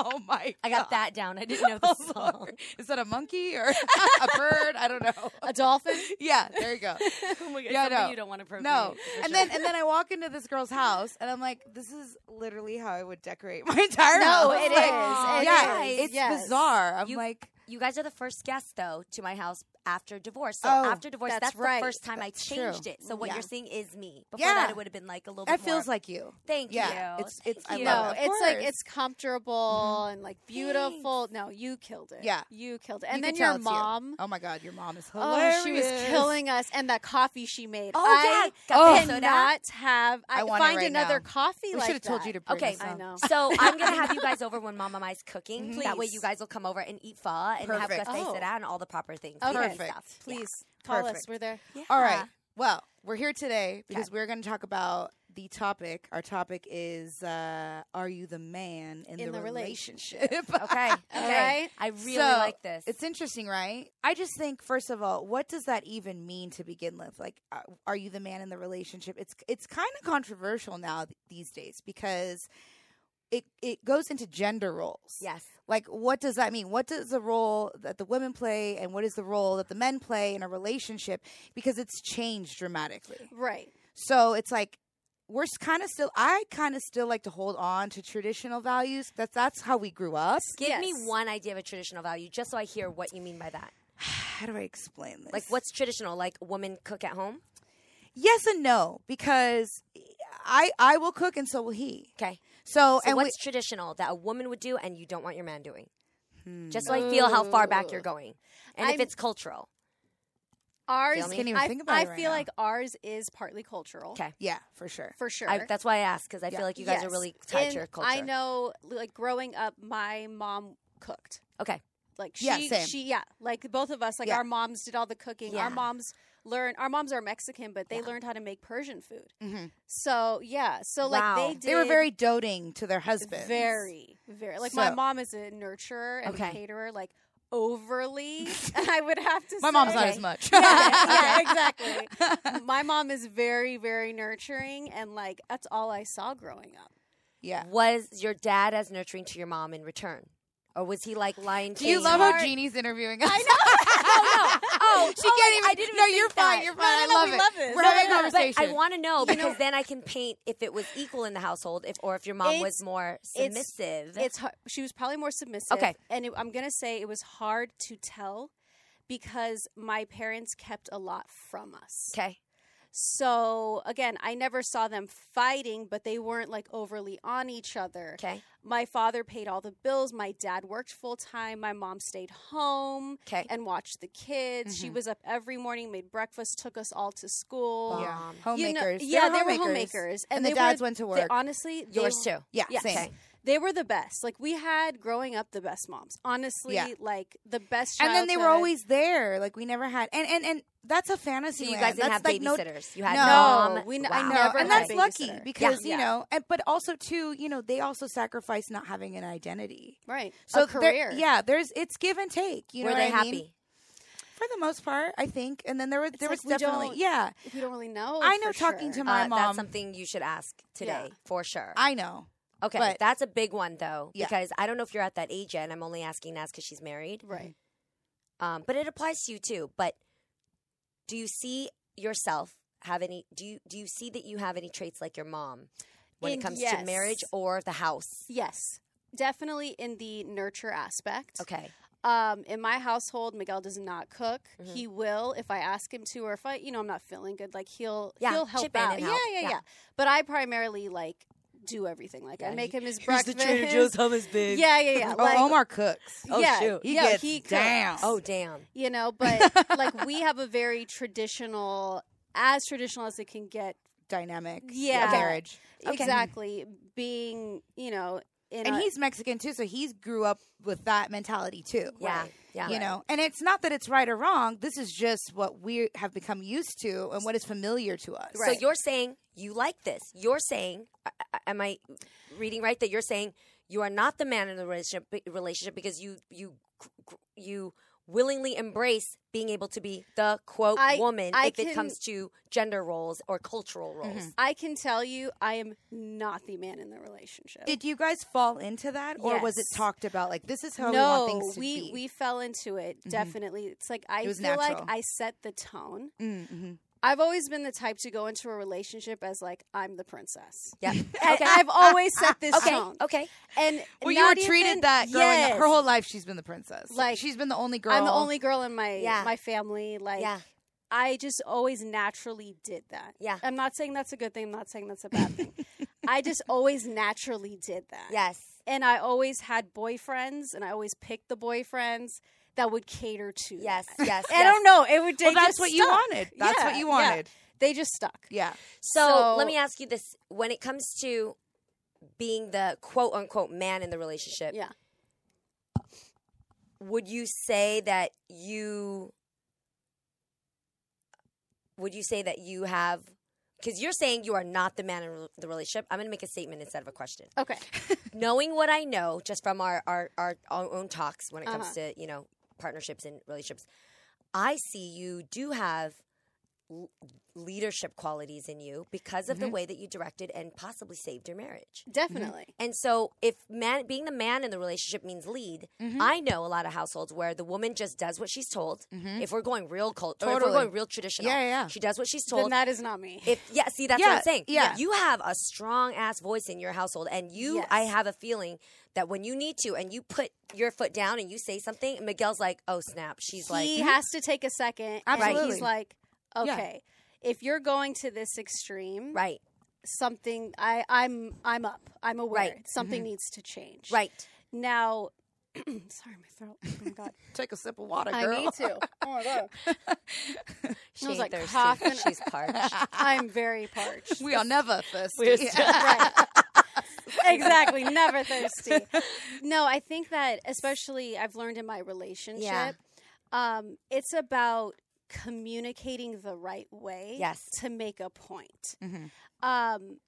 S2: oh my!
S9: I got that down. I
S3: *laughs*
S2: *laughs*
S9: didn't know the song.
S2: Is that a monkey or *laughs* a bird? I don't know.
S3: a dolphin.
S2: *laughs* Yeah,
S3: *laughs*
S2: there you go.
S9: Oh my God,
S2: Yeah,
S9: something
S2: no.
S9: you don't want to procreate.
S2: No,
S9: for
S2: and
S9: sure.
S2: then and then I walk into this girl's house, and I'm like, this is literally how I would decorate *laughs* my entire house.
S3: No, it is.
S2: Like,
S3: It
S2: yeah,
S3: is.
S2: it's
S3: Yes.
S2: bizarre. I'm
S9: You-
S2: like,
S9: you guys are the first guests though to my house after divorce. So
S2: Oh,
S9: after divorce, that's,
S3: that's right.
S9: the first time
S2: That's
S9: I
S2: true.
S9: changed it. So what
S2: Yeah.
S9: you're seeing is me. Before
S2: Yeah.
S9: that, it would have been like a little.
S2: that
S9: bit
S2: feels
S9: more,
S2: like you.
S9: Thank
S2: yeah,
S9: you.
S2: it's- it's-
S9: Thank
S2: I
S9: you.
S2: love
S3: No,
S2: Of it.
S3: it's like
S2: course.
S3: it's comfortable and like beautiful. No, you killed it.
S2: Yeah.
S3: you killed it. And
S2: You
S3: then
S2: could tell
S3: your
S2: it's you.
S3: mom.
S2: Oh my god, your mom is hilarious.
S3: Oh, she was killing us, and that coffee she made.
S9: Oh,
S3: I
S9: yeah. Got the soda.
S3: cannot have. I,
S2: I want it
S3: find
S2: right
S3: another
S2: now.
S3: coffee
S2: We
S3: like
S2: should have told
S3: that.
S2: you to bring
S9: *laughs* Okay,
S2: us
S3: I
S2: some.
S3: know.
S9: so I'm gonna have
S2: *laughs*
S9: you guys over when Mama Mai's cooking. That way,
S3: Please.
S9: you guys will come over and eat pho and
S2: Mm-hmm.
S9: have
S2: Perfect.
S9: quesadilla
S3: Oh.
S9: and all the proper things.
S3: Okay.
S9: vegan
S2: Perfect.
S9: stuff. Yeah.
S3: Please call us.
S2: Perfect.
S3: We're there.
S2: All right.
S9: Yeah.
S2: Well, we're here today because we're going to talk about the topic. Our topic is uh, Are you the man in,
S3: In the
S2: relationship? *laughs*
S9: Okay. Okay.
S3: right.
S9: I really
S2: So,
S9: like this.
S2: It's interesting, right? I just think, first of all, what does that even mean to begin with? Like, uh, are you the man in the relationship? It's it's kind of controversial now th- these days because it it goes into gender roles.
S9: yes.
S2: Like, what does that mean? What does the role that the women play, and what is the role that the men play in a relationship? Because it's changed dramatically.
S3: Right.
S2: So it's like we're kind of still. I kind of still like to hold on to traditional values. That's that's how we grew up.
S9: Give me
S3: Yes.
S9: one idea of a traditional value, just so I hear what you mean by that.
S2: How do I explain this?
S9: Like, what's traditional? Like, women cook at home.
S2: Yes and no, because I I will cook and so will he.
S9: Okay.
S2: So, Oh,
S9: So
S2: and we,
S9: what's traditional that a woman would do and you don't want your
S2: Hmm.
S9: man doing? Just so I feel how far back you're going, and if
S3: I'm-
S9: it's cultural.
S3: ours.
S9: Feel me?
S2: Can't even
S3: I,
S2: think about
S3: I
S2: it right
S3: feel
S2: now.
S3: like ours is partly cultural.
S9: 'Kay.
S2: Yeah, for sure.
S3: for sure.
S9: I, that's why I asked because I feel like you guys
S3: Yes.
S9: are really tied
S3: And
S9: to your culture.
S3: I know, like growing up, my mom cooked.
S9: Okay.
S3: Like she,
S2: Yeah, same.
S3: she, yeah. Like both of us, like
S2: Yeah.
S3: our moms did all the cooking.
S9: Yeah.
S3: Our moms learn. Our moms are Mexican, but they learned how to make Persian food.
S2: Mhm.
S3: So yeah, so like
S9: Wow.
S3: they did.
S2: They were very doting to their husbands.
S3: very, very. Like my
S2: So-
S3: mom is a nurturer and
S9: Okay.
S3: caterer. Like overly, *laughs* I would have to.
S2: My
S3: say.
S2: mom's not
S9: Okay.
S2: as much.
S3: yeah, yeah, exactly. My mom is very, very nurturing, and like that's all I saw growing up.
S2: *laughs* yeah.
S9: Was your dad as nurturing to your mom in return? Or was he like lying to
S2: Do you
S9: you?
S2: love how
S3: hard.
S2: Jeannie's interviewing us? I *laughs* know.
S9: Oh,
S2: she can't even. no, you're fine.
S9: that.
S2: You're fine.
S3: No, no, no,
S2: I love
S3: we
S2: it.
S3: love this.
S2: We're
S3: No,
S2: having
S3: no, no,
S2: a
S9: But
S2: conversation.
S9: I want to know because then I can paint if it was equal in the household, if or if your mom was
S3: It's-
S9: more
S3: it's-
S9: submissive.
S3: It's hard. she was probably more submissive.
S9: Okay.
S3: and it, I'm gonna say it was hard to tell because my parents kept a lot from us.
S9: okay.
S3: So again, I never saw them fighting, but they weren't like overly on each other.
S9: Okay.
S3: My father paid all the bills. My dad worked full time. My mom stayed home
S9: 'Kay.
S3: and watched the kids.
S2: Mm-hmm.
S3: She was up every morning, made breakfast, took us all to school.
S2: yeah.
S9: Um,
S3: You know-
S2: Homemakers.
S3: yeah, they
S2: homemakers.
S3: were homemakers,
S2: And,
S3: they
S2: the dads
S3: were-
S2: went to
S3: they-
S2: work.
S3: honestly, they
S9: Yours
S3: were-
S9: too.
S2: yeah,
S3: yes.
S2: same.
S9: Okay.
S3: They were the best. Like we had growing up the best moms. Honestly,
S2: Yeah.
S3: like the best.
S2: And then they were
S3: childhood.
S2: always there. Like we never had. And and and that's a fantasy.
S9: So you
S2: land.
S9: guys didn't
S2: that's
S9: have
S2: like no
S9: babysitters. you had
S2: No,
S9: mom.
S3: we n- I
S9: Wow.
S3: never
S2: and
S3: had
S2: that's lucky
S3: babysitter.
S2: because
S3: Yeah.
S2: you know, and, but also too, you know, they also sacrifice not having an identity.
S3: right.
S2: So
S3: a
S2: there-
S3: career.
S2: yeah, there's it's give and take. You
S9: Were
S2: know
S9: they
S2: what I mean?
S9: happy?
S2: for the most part, I think. And then there was there
S3: like
S2: was
S3: we
S2: definitely
S3: don't-
S2: yeah,
S3: We don't really know.
S2: I know
S3: for
S2: talking
S3: sure.
S2: to my
S9: Uh,
S2: mom.
S9: That's something you should ask today
S3: Yeah.
S9: for sure.
S2: I know.
S9: okay,
S2: but-
S9: that's a big one though
S2: Yeah.
S9: because I don't know if you're at that age yet. And I'm only asking Naz because she's married,
S3: right.
S9: um, but it applies to you too. But do you see yourself have any? Do you do you see that you have any traits like your mom when
S3: In-
S9: it comes
S3: yes.
S9: to marriage or the house?
S3: Yes, definitely in the nurture aspect.
S9: Okay,
S3: Um, in my household, Miguel does not cook.
S2: Mm-hmm.
S9: Mhm.
S3: He will if I ask him to, or if I, you know, I'm not feeling good. Like he'll
S9: Yeah,
S3: he'll help
S9: chip in
S3: out.
S9: and
S3: yeah,
S9: help.
S3: yeah,
S9: Yeah.
S3: yeah, But I primarily like do everything. Like I
S9: Yeah,
S3: make him
S2: *laughs*
S3: his
S9: Here's
S3: breakfast.
S9: hummus big.
S3: yeah, yeah, yeah.
S2: Oh,
S3: Like,
S2: Omar cooks.
S9: Oh,
S3: yeah,
S9: shoot.
S2: He
S3: yeah,
S2: gets
S3: he cooks.
S2: down.
S9: Oh damn.
S3: you
S2: *laughs*
S3: know but like we have a very traditional as traditional as it can get
S2: Dynamic.
S3: Yeah.
S2: Marriage.
S3: exactly being you know in
S2: And
S3: a-
S2: he's Mexican too, so he's grew up with that mentality too.
S9: Yeah,
S3: Right.
S9: yeah.
S2: You know, and it's not that it's right or wrong. This is just what we have become used to and what is familiar to us.
S9: So you're saying you like this. You're saying, I- I- am I reading right? That you're saying you are not the man in the relationship, relationship because you you you willingly embrace being able to be the quote
S3: I-
S9: woman
S3: I
S9: if it
S3: can- Mm-hmm.
S9: comes to gender roles or cultural roles.
S3: i can tell you i am not the man in the relationship
S2: Did you guys fall into that, or was it
S3: Yes.
S2: talked about? Like this is how we
S3: no
S2: want things to
S3: we
S2: be. Mm-hmm.
S3: we fell into it definitely it's like i
S2: It was
S3: feel like
S2: natural.
S3: i set the tone
S2: Mm-hmm.
S3: I've always been the type to go into a relationship as like I'm the princess. *laughs*
S9: Yeah.
S3: I,
S9: Okay.
S3: I've
S2: *laughs*
S3: always set this
S9: Okay.
S3: tone.
S9: Okay.
S3: And
S2: Well, you were
S3: not
S2: treated
S3: even-
S2: that growing
S3: yes.
S2: up. Her whole life, she's been the princess.
S3: Like,
S2: she's been the only girl.
S3: I'm the only girl in my
S9: Yeah.
S3: my family. Like
S9: Yeah.
S3: I just always naturally did that.
S9: Yeah.
S3: I'm not saying that's a good thing. I'm not saying that's a bad
S2: *laughs*
S3: thing. I just always naturally did that.
S9: Yes.
S3: And I always had boyfriends, and I always picked the boyfriends that would cater to.
S9: Yes.
S3: that. *laughs*
S9: Yes.
S3: I
S9: yes.
S3: don't know. It would. They
S2: Well, that's
S3: just
S2: what you
S3: stuck.
S2: wanted. That's
S3: Yeah,
S2: what you
S3: yeah.
S2: wanted.
S3: They just stuck.
S2: Yeah.
S9: So,
S3: So-
S9: let me ask you this: When it comes to being the quote unquote man in the relationship,
S3: Yeah.
S9: would you say that you would you say that you have? Because you're saying you are not the man in re- the relationship. I'm going to make a statement instead of a question.
S3: Okay.
S2: *laughs*
S9: Knowing what I know, just from our our, our, our own talks when it comes
S3: Uh-huh.
S9: to you know partnerships and relationships, I see you do have l- leadership qualities in you because of the way that you directed and possibly saved your marriage.
S3: Definitely.
S9: And so, if man being the man in the relationship means lead,
S3: Mm-hmm.
S9: I know a lot of households where the woman just does what she's told.
S3: Mm-hmm.
S9: If we're going real cult, or if we're
S2: Totally.
S9: going real traditional,
S2: Yeah, yeah.
S9: she does what she's
S3: Then
S9: told.
S3: that is not me.
S9: if yeah, see, that's what
S2: Yeah,
S9: I'm saying.
S2: yeah.
S9: you have a strong ass voice in your household, and you,
S3: Yes.
S9: I have a feeling that when you need to, and you put your foot down and you say something, Miguel's like, "Oh snap," she's like,
S3: he has to take a second. And
S2: Absolutely.
S3: he's like,
S2: Yeah.
S3: okay, if you're going to this extreme,
S9: "Right,
S3: something I, I'm I'm up. I'm aware.
S9: Right.
S3: Something needs to change.
S9: right."
S3: Now *clears throat* Sorry, my throat. Oh my god.
S2: Take a sip of water, girl.
S3: I need to. Oh my god.
S9: She
S3: was,
S9: ain't
S3: like,
S9: thirsty.
S3: coughing.
S9: She's
S3: *laughs*
S9: parched.
S3: *laughs* I'm very parched.
S2: we
S3: *laughs*
S2: are never thirsty. *laughs*
S3: right.
S9: *laughs*
S3: exactly. Never thirsty. No, I think that especially I've learned in my relationship, um, it's about communicating the right way
S9: Yes. Mm-hmm.
S3: to make a point. Um,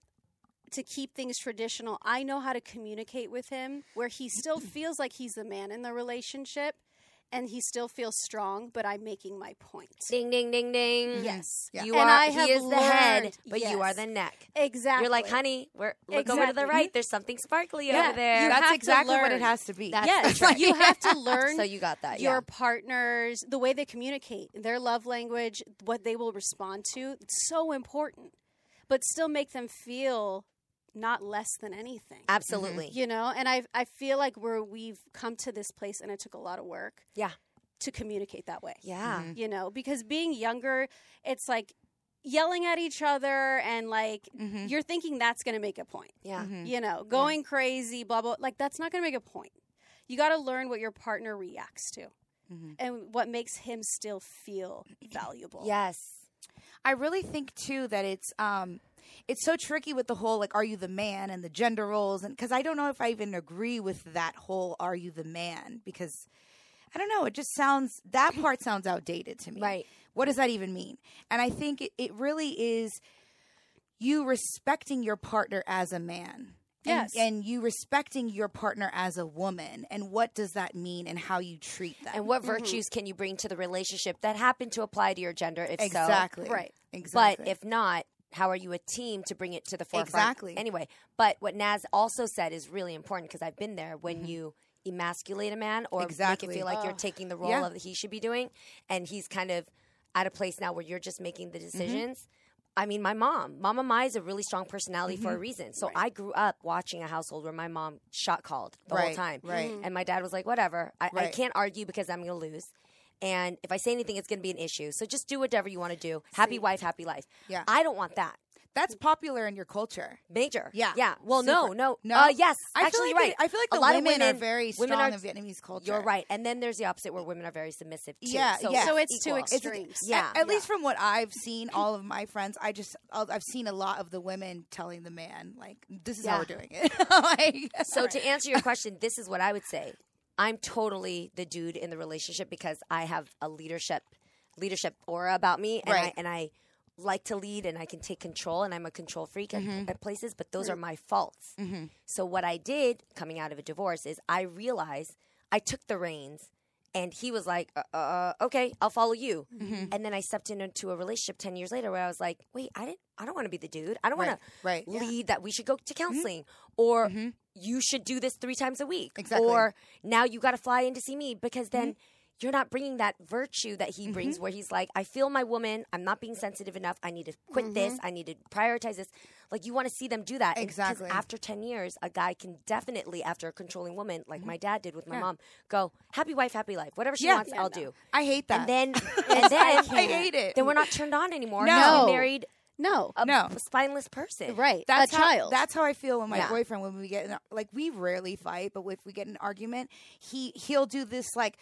S3: to keep things traditional, I know how to communicate with him where he still
S9: *clears throat*
S3: feels like he's the man in the relationship and he still feels strong, but I'm making my point.
S9: Ding ding ding ding.
S3: Yes.
S9: You
S3: And
S9: are.
S3: I have
S9: he is the head,
S3: learned-
S9: but you are
S3: yes.
S9: the neck.
S3: Exactly.
S9: You're like, honey, we're look over to the
S3: Exactly.
S9: right. There's something sparkly
S3: Yeah.
S9: over there.
S3: You
S2: That's
S3: have to
S2: exactly what it
S3: learn.
S2: has to be.
S9: That's-
S3: yes,
S9: right.
S3: you have
S2: *laughs*
S3: to learn
S9: so you got that.
S3: your
S9: Uh, yeah.
S3: partners, the way they communicate, their love language, what they will respond to. It's so important, but still make them feel not less than anything.
S9: Absolutely.
S3: mm-hmm, You know, and I I feel like we're we've come to this place, and it took a lot of work.
S9: Yeah.
S3: to communicate that way.
S9: Yeah.
S3: You know, because being younger, it's like yelling at each other and like
S9: Mm-hmm.
S3: you're thinking that's going to make a point
S9: Yeah.
S3: you know, going crazy, blah blah. Like that's not going to make a point. You got to learn what your partner reacts to, and what makes him still feel valuable.
S9: Yes.
S2: I really think too that it's um it's so tricky with the whole like are you the man and the gender roles and cuz I don't know if I even agree with that whole are you the man because I don't know it just sounds
S9: *laughs*
S2: that part sounds outdated to me.
S9: Right.
S2: What does that even mean? And I think it, it really is you respecting your partner as a man.
S3: Yes.
S2: And, and you respecting your partner as a woman and what does that mean and how you treat them.
S9: And what virtues can you bring to the relationship that happen to apply to your gender? If
S2: exactly.
S9: so,
S3: right.
S2: Exactly.
S9: But if not, how are you a team to bring it to the forefront?
S2: Exactly.
S9: Anyway, but what Naz also said is really important because I've been there when you emasculate a man or
S2: Mm-hmm. Exactly.
S9: make it feel like you're taking the role
S2: Yeah.
S9: of he should be doing, and he's kind of at a place now where you're just making the
S2: Mm-hmm.
S9: decisions. I mean, my mom, Mama Mai is a really strong personality for a
S2: Mm-hmm.
S9: reason. So I grew up watching a household where my mom shot called the whole
S2: Right,
S9: time.
S2: right. Mhm.
S9: And my dad was like, whatever. I, I
S2: Right.
S9: can't argue because I'm going to lose. And if I say anything, it's going to be an issue. So just do whatever you want to do. Happy wife, happy life.
S2: Yeah.
S9: I don't want that.
S2: That's popular in your culture.
S9: Major.
S2: Yeah.
S9: Yeah. Well, no,
S2: Super.
S9: no.
S2: No.
S9: Uh, yes.
S2: I feel
S9: Actually,
S2: like they-
S9: right.
S2: I feel like
S9: a
S2: the
S9: lot of
S2: women are
S9: women
S2: very
S9: women
S2: strong
S9: are-
S2: in Vietnamese culture.
S9: You're right. And then there's the opposite where women are very submissive too.
S2: Yeah,
S9: So,
S2: yeah.
S3: So it's two
S9: equal.
S2: It's-
S3: extremes.
S2: at-
S9: Yeah.
S2: At, least from what I've seen,
S9: *laughs*
S2: all of my friends, I just I'll- I've seen a lot of the women telling the man like, "This is how
S9: Yeah.
S2: we're doing it." *laughs* like, *laughs*
S9: So to answer your question, this is what I would say. I'm totally the dude in the relationship because I have a leadership leadership aura about me and I
S2: Right.
S9: and I like to lead and I can take control and I'm a control freak at-
S2: Mm-hmm.
S9: at, places, but those are my faults. So what I did coming out of a divorce is I realized I took the reins and he was like, uh, uh, "Okay, I'll follow you."
S2: Mm-hmm.
S9: And then I stepped in into a relationship ten years later where I was like, "Wait, I didn't. I don't want to be the dude. I don't want to
S2: Right, right.
S9: lead that. We should go
S2: Mm-hmm.
S9: to counseling, or you should do this three times a week,
S2: Exactly. Mm-hmm.
S9: or now you got to fly in to see me because then." You're not bringing that virtue that he brings, where he's like, I feel my woman. I'm not being sensitive enough. I need to quit this.
S2: Mm-hmm.
S9: I need to prioritize this. Like, you want to see them do that. And 'cause
S2: Exactly.
S9: after 10 years, a guy can definitely, after a controlling woman, like my dad did with my mom, go, happy wife, happy life. Whatever she
S2: Mm-hmm. Yeah.
S9: wants,
S2: Yeah,
S9: I'll
S2: no.
S9: do.
S2: I hate that. *laughs*
S9: And then, and then
S2: I hate it.
S9: Then we're not turned on anymore.
S2: No.
S9: because we married
S3: No,
S9: a
S2: No.
S9: spineless person.
S3: right.
S2: that's
S3: a
S2: how,
S3: child.
S2: That's how I feel when my
S9: Yeah.
S2: boyfriend when we get in, like we rarely fight, but if we get in an argument, he he'll do this like,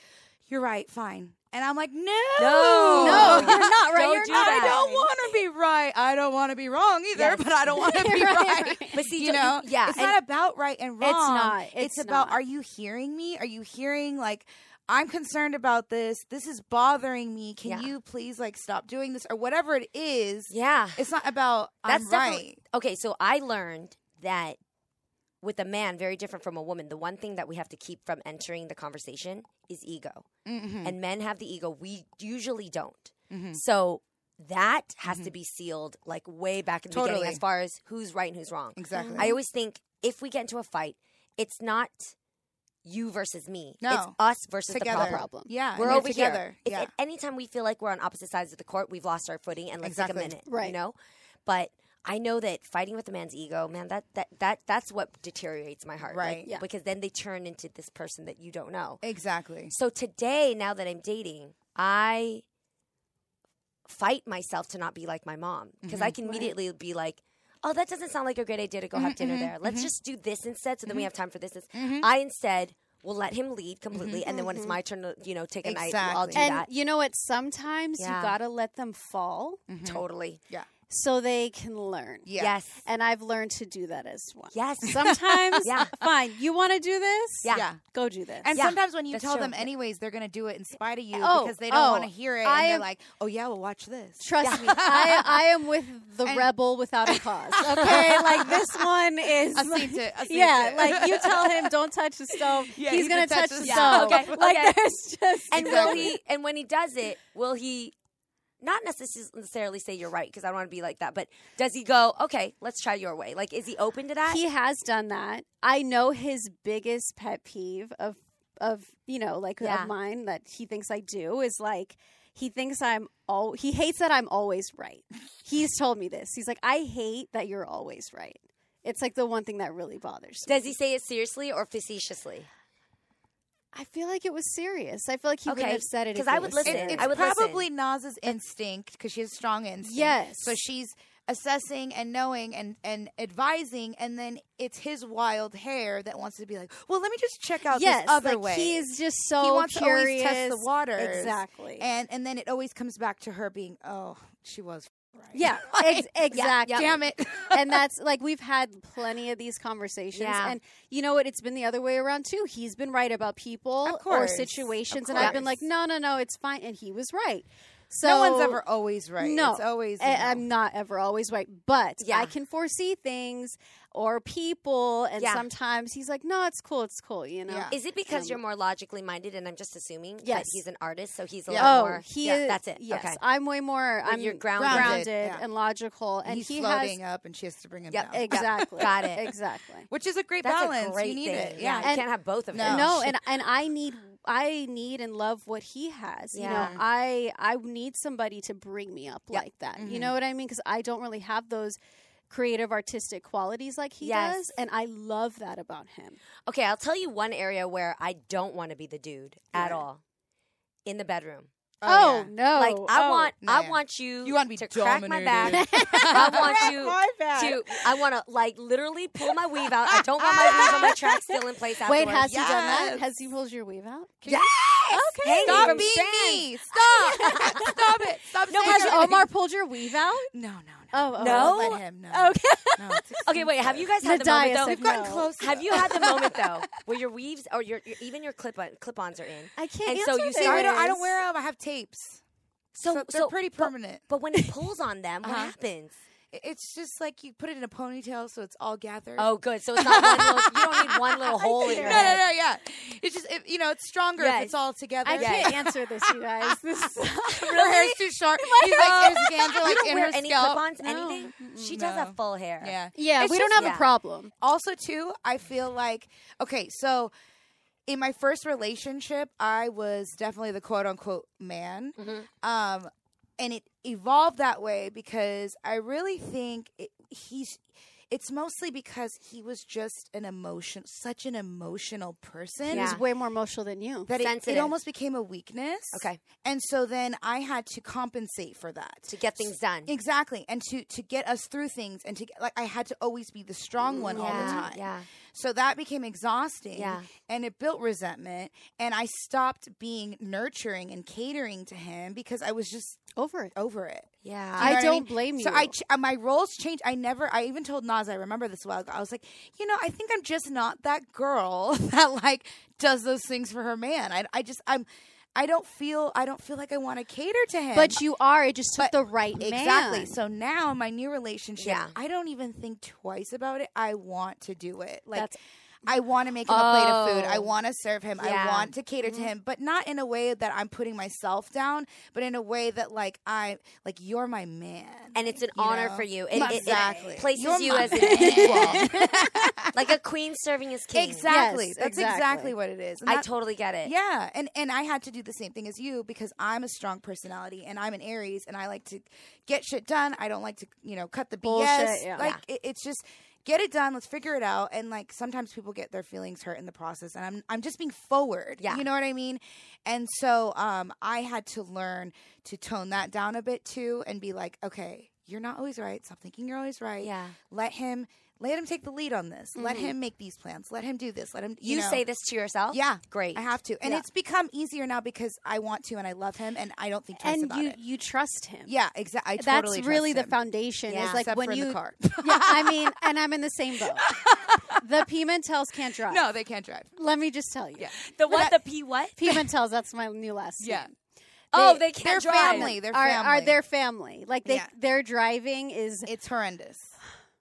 S2: "You're right, fine," and I'm like, "No,
S9: No.
S2: *laughs* you're not right.
S9: *laughs* Don't
S2: you're
S9: do
S2: not.
S9: that.
S2: I don't want to be right. I don't want to be wrong either,
S9: Yes.
S2: but I don't
S9: *laughs*
S2: want to be right.
S9: But see,
S2: you
S9: don't-
S2: know,
S9: yeah,
S2: it's
S9: and-
S2: not about right and wrong.
S3: not. It's
S2: about
S3: not.
S2: are you hearing me? Are you hearing like? I'm concerned about this. This is bothering me. Can
S9: Yeah.
S2: you please like stop doing this or whatever it is?
S9: Yeah.
S2: It's not about
S9: That's
S2: I'm
S9: definitely-
S2: right.
S9: Okay, so I learned that with a man, very different from a woman, the one thing that we have to keep from entering the conversation is ego.
S2: Mm-hmm.
S9: And men have the ego. We usually don't. So that has to be sealed like way back in the
S2: Mm-hmm. Totally.
S9: beginning as far as who's right and who's wrong.
S2: Exactly.
S9: I always think if we get into a fight, it's not you versus me. It's
S2: No.
S9: us versus
S2: Together.
S9: the problem.
S2: Yeah,
S9: We're
S2: and
S9: over
S2: together.
S9: here. If
S2: Yeah.
S9: at any time we feel like we're on opposite sides of the court, we've lost our footing and let's
S2: Exactly.
S9: take a minute. You
S3: Right.
S9: know? But I know that fighting with a man's ego, man, that that, that that's what deteriorates my heart.
S2: Right.
S3: Yeah.
S9: Because then they turn into this person that you don't know.
S2: Exactly.
S9: So today, now that I'm dating, I fight myself to not be like my mom because I can immediately be like, "Oh, that doesn't sound like a great idea to go have dinner there. Let's just do this instead, so then we have time for this." this." I instead We'll let him lead completely, and then when it's my turn to you know take a night, I'll
S2: Exactly.
S9: do
S3: and
S9: that.
S3: you know what? Sometimes
S9: Yeah.
S3: you gotta let them fall
S9: Totally.
S2: Yeah.
S3: so they can learn.
S2: Yeah.
S9: Mm-hmm. Yes.
S3: And I've learned to do that as well.
S9: Yes. *laughs*
S3: Sometimes,
S9: Yeah.
S3: fine. You want to do this?
S9: Yeah.
S2: Yeah.
S3: Go do this.
S2: And
S9: Yeah,
S2: sometimes when you
S9: that's
S2: tell
S9: true.
S2: them anyways, they're gonna do it in spite of you
S3: Oh,
S2: because they don't
S3: oh,
S2: want to hear it.
S3: I
S2: and they're
S3: am-
S2: like, oh yeah, we'll watch this.
S3: Trust me, I, I am with
S9: *laughs*
S3: the rebel without a cause. Okay, like this one is.
S2: Asleep to- asleep
S3: yeah,
S2: to.
S3: like you tell him, don't touch the stove.
S2: Yeah,
S3: he's,
S2: he
S3: gonna
S2: can
S3: touch,
S2: touch
S3: the
S2: the
S3: stove.
S9: stove. Okay,
S3: like
S9: okay.
S3: there's just
S9: And will
S2: Exactly.
S9: he? And when he does it, will he? Not necess- necessarily say you're right because I don't want to be like that, but does he go? Okay, let's try your way. Like, is he open to that?
S3: he has done that. I know his biggest pet peeve of of you know like
S9: Yeah.
S3: of mine that he thinks I do is like he thinks I'm all he hates that I'm always right. He's told me this. He's like I hate that you're always right. It's like the one thing that really bothers me.
S9: does he say it seriously or facetiously?
S3: I feel like it was serious. I feel like he would
S9: Okay,
S3: have said it
S9: 'cause
S3: because
S9: I would listen.
S2: It- it's
S9: I would
S2: probably Nas's instinct because she has strong instinct.
S3: Yes.
S2: So she's assessing and knowing and, and advising, and then it's his wild hair that wants to be like, well, let me just check out
S3: Yes,
S2: this other
S3: like,
S2: way.
S3: he is just so
S2: he wants
S3: curious.
S2: to always test the waters.
S3: Exactly.
S2: And and then it always comes back to her being, oh, she was f- *laughs* right.
S3: yeah, ex- exactly.
S2: Damn *laughs* it.
S3: and that's like we've had plenty of these conversations
S9: Yeah.
S3: and you know what it's been the other way around too he's been right about people
S2: Of
S3: or
S2: course.
S3: situations
S2: Of
S3: and i've been like
S2: course.
S3: no no no it's fine and he was right so
S2: no one's ever always right.
S3: no
S2: It's always. you
S3: I,
S2: know.
S3: i'm not ever always right but
S9: Yeah.
S3: i can foresee things or people and
S9: Yeah.
S3: sometimes he's like no it's cool it's cool you know
S2: Yeah.
S9: Is it because you're more logically minded? And I'm just assuming that
S3: Uh, Yes.
S9: he's an artist, so he's a
S2: Yeah.
S9: lot
S3: Oh,
S9: more.
S3: he
S9: yeah,
S3: is.
S9: that's it.
S3: Yes,
S9: Okay.
S3: I'm way more. I'm
S9: you're grounded.
S3: grounded
S2: Yeah.
S3: and logical, and
S2: he's
S3: he
S2: floating
S3: has
S2: up, and she has to bring him
S9: Yep.
S2: down. *laughs*
S3: exactly
S9: uh, Got it.
S3: exactly.
S2: Which is a great
S9: That's
S2: balance.
S9: a great
S2: you need
S9: thing.
S2: it.
S9: Yeah,
S2: Yeah.
S9: you
S3: And-
S9: can't have both of
S2: No.
S9: them.
S3: No, and and I need I need and love what he has.
S9: Yeah.
S3: You know, I I need somebody to bring me up
S9: Yep.
S3: like that. You know what I mean? Because I don't really have those creative artistic qualities like he
S9: Yes.
S3: does, and I love that about him.
S9: Okay, I'll tell you one area where I don't want to be the dude at all. In the bedroom.
S3: Oh,
S2: yeah.
S3: no!
S9: like I
S3: Oh.
S9: want I
S2: man.
S9: want you
S2: You wanna be
S9: to crack my back.
S2: *laughs* dominated.
S3: oh,
S9: I want you
S2: my back.
S9: to I want to like literally pull my weave out. I don't want my weave on my track still in place
S3: Wait,
S9: afterwards.
S3: has he done that?
S2: Yes.
S3: Has he pulled your weave out?
S9: Yes! Okay.
S2: Stop being me. Stop.
S9: *laughs*
S2: Stop it. Stop
S9: No,
S2: saying
S9: has
S2: it. *laughs*
S9: Omar-
S3: Omar pulled your weave out?
S2: No, no, no.
S3: Oh, oh,
S9: No?
S3: oh.
S2: Don't let him. No.
S9: Okay.
S2: No, it's
S9: *laughs* Okay, wait. Have you guys had
S3: Nadiah
S9: the moment though?
S3: said
S2: We've gotten
S3: No.
S2: close.
S9: Have you had the moment though where your weaves or your, your even your clip on, clip-ons are in?
S3: I can't.
S9: And so
S3: answer
S9: you
S2: See, we don't, I
S9: Stars.
S2: don't wear them. I have tapes.
S9: So,
S2: So they're pretty
S9: but-
S2: permanent.
S9: But, when he pulls on them, what
S2: Uh-huh.
S9: happens?
S2: I- It's just like you put it in a ponytail, so it's all gathered.
S9: Oh, good. So it's not one little, you don't need one *laughs* little hole in
S2: no,
S9: your
S2: no,
S9: head.
S2: no. Yeah, it's just it, you know, it's stronger
S9: Yes.
S2: if it's all together.
S3: I can't answer this, you guys. This is-
S2: *laughs* Her hair's
S9: *laughs*
S2: too short. He's like, his hands are
S9: You
S2: like
S9: don't
S2: in
S9: wear
S2: her
S9: any
S2: scalp.
S9: clip-ons, anything. She does
S2: no.
S9: have full hair.
S2: Yeah,
S3: *laughs* yeah,
S2: It's
S3: we don't
S2: just-
S3: have
S9: yeah.
S3: a problem.
S2: also too i feel like okay so in my first relationship i was definitely the quote unquote man
S9: Mm-hmm.
S2: um and it evolved that way because i really think it, he's it's mostly because he was just an emotion such an emotional person
S9: Yeah.
S3: He's way more emotional than you.
S2: that it, it
S9: Sensitive.
S2: almost became a weakness
S9: Okay.
S2: and so then i had to compensate for that
S9: To get things done.
S2: exactly and to to get us through things and to get- like i had to always be the strong one all the
S9: Yeah,
S2: time
S9: yeah.
S2: so that became exhausting
S9: Yeah.
S2: and it built resentment and i stopped being nurturing and catering to him because i was just
S3: Over it.
S2: over it Do
S9: Yeah.
S2: you know
S3: I
S2: what
S3: don't
S2: mean?
S3: blame
S2: So I
S3: you.
S2: ch- uh, my roles changed. I never. I even told Nas. I remember this a while ago. I was like, you know, I think I'm just not that girl *laughs* that like does those things for her man. I, I just I'm. I don't feel. I don't feel like I want to cater to him.
S3: But you are. It just took
S2: But-
S3: the right
S2: Exactly.
S3: man.
S2: So now my new relationship,
S9: Yeah.
S2: I don't even think twice about it. I want to do it. Like
S3: That's-
S2: I want to make him a plate of food. I
S9: Oh.
S2: want to serve him.
S9: Yeah. Mm-hmm.
S2: I want to cater to him, but not in a way that I'm putting myself down, but in a way that like I like you're my man.
S9: and it's an
S2: You
S9: honor
S2: know?
S9: for you. It, it- it
S2: Exactly.
S9: places
S2: You're
S9: you
S2: my *laughs*
S9: as an
S2: man.
S9: equal, *laughs* like a queen serving his king.
S2: Exactly.
S3: Yes,
S2: That's
S3: exactly.
S2: exactly. what it is. And
S9: I
S2: that-
S9: totally get it.
S2: Yeah, and and I had to do the same thing as you because I'm a strong personality and I'm an Aries and I like to get shit done. I don't like to you know cut the BS.
S3: Bullshit, yeah.
S2: Like It, it's just get it done. Let's figure it out. And like sometimes people get their feelings hurt in the process, and I'm I'm just being forward.
S9: Yeah.
S2: you know what I mean. And so um, I had to learn to tone that down a bit too and be like, okay, you're not always right. Stop thinking you're always right.
S9: Yeah. Mm-hmm.
S2: let him. Let him take the lead on this. Let him make these plans. Let him do this. Let him.
S9: You,
S2: You, know.
S9: say this to yourself?
S2: Yeah,
S9: Oh, Great.
S2: I have to, and
S9: Yeah.
S2: it's become easier now because I want to and I love him, and I don't think twice
S3: and
S2: about
S3: you
S2: it.
S3: you trust him.
S2: Yeah, exactly.
S3: that's
S2: totally
S3: really the
S2: trust him.
S3: foundation.
S9: Yeah.
S3: Is like
S2: Except
S3: when
S2: for in
S3: you
S2: the car.
S3: *laughs* yeah, I
S2: *laughs*
S3: mean, and I'm in the same boat. the Pimentels can't drive.
S2: No, they can't drive.
S3: let me just tell you.
S9: *laughs*
S2: *laughs*
S9: The what? The P what?
S3: Pimentels, that's my new last
S2: Yeah.
S3: name.
S9: Oh, they can't
S2: Their
S9: drive.
S2: family, their
S3: are,
S2: family,
S3: are their family. Like they
S2: Yeah.
S3: their driving is
S2: It's horrendous.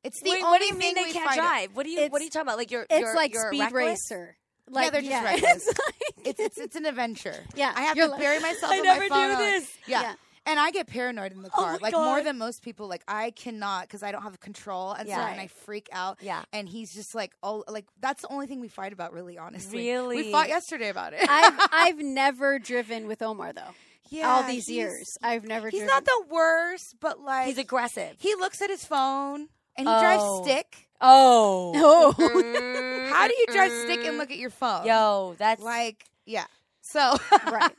S2: It's the
S9: Wait,
S2: only
S9: what do you
S2: thing
S9: mean they
S2: we
S9: can't
S2: fight-
S9: drive? What do you What
S3: It's-
S9: are you talking about? Like you're
S3: it's
S9: you're-
S3: like
S9: you're
S3: speed
S9: reckless?
S3: racer. Like
S2: yeah,
S3: *laughs*
S2: they're just
S3: it's
S2: reckless.
S3: like-
S2: It's, it's it's an
S9: *laughs*
S2: adventure.
S3: Yeah,
S2: I have
S3: you're
S2: to
S3: like,
S2: bury myself.
S9: I
S2: in
S9: never
S2: my
S9: do
S2: phone. I'm like-
S9: this. Oh
S2: Yeah.
S3: Yeah.
S2: And I get paranoid in the car,
S9: my
S2: like more
S9: God.
S2: than most people. Like I cannot because I don't have control, and so
S9: Yeah.
S2: and I freak out.
S9: Yeah.
S2: And he's just like, oh, like that's the only thing we fight about, really, honestly. we
S9: Really?
S2: fought yesterday about it.
S3: I've I've never driven with Omar
S2: *laughs*
S3: though.
S2: yeah,
S3: all these
S2: he's-
S3: years, I've never.
S2: He's
S3: driven.
S2: not the worst, but like
S9: He's aggressive.
S2: He looks at his phone and he drives
S9: Oh.
S2: stick.
S9: *laughs* Oh.
S3: Oh,
S2: How do you drive stick and look at your phone?
S9: Yo, that's
S2: Um, like yeah. So
S3: Right.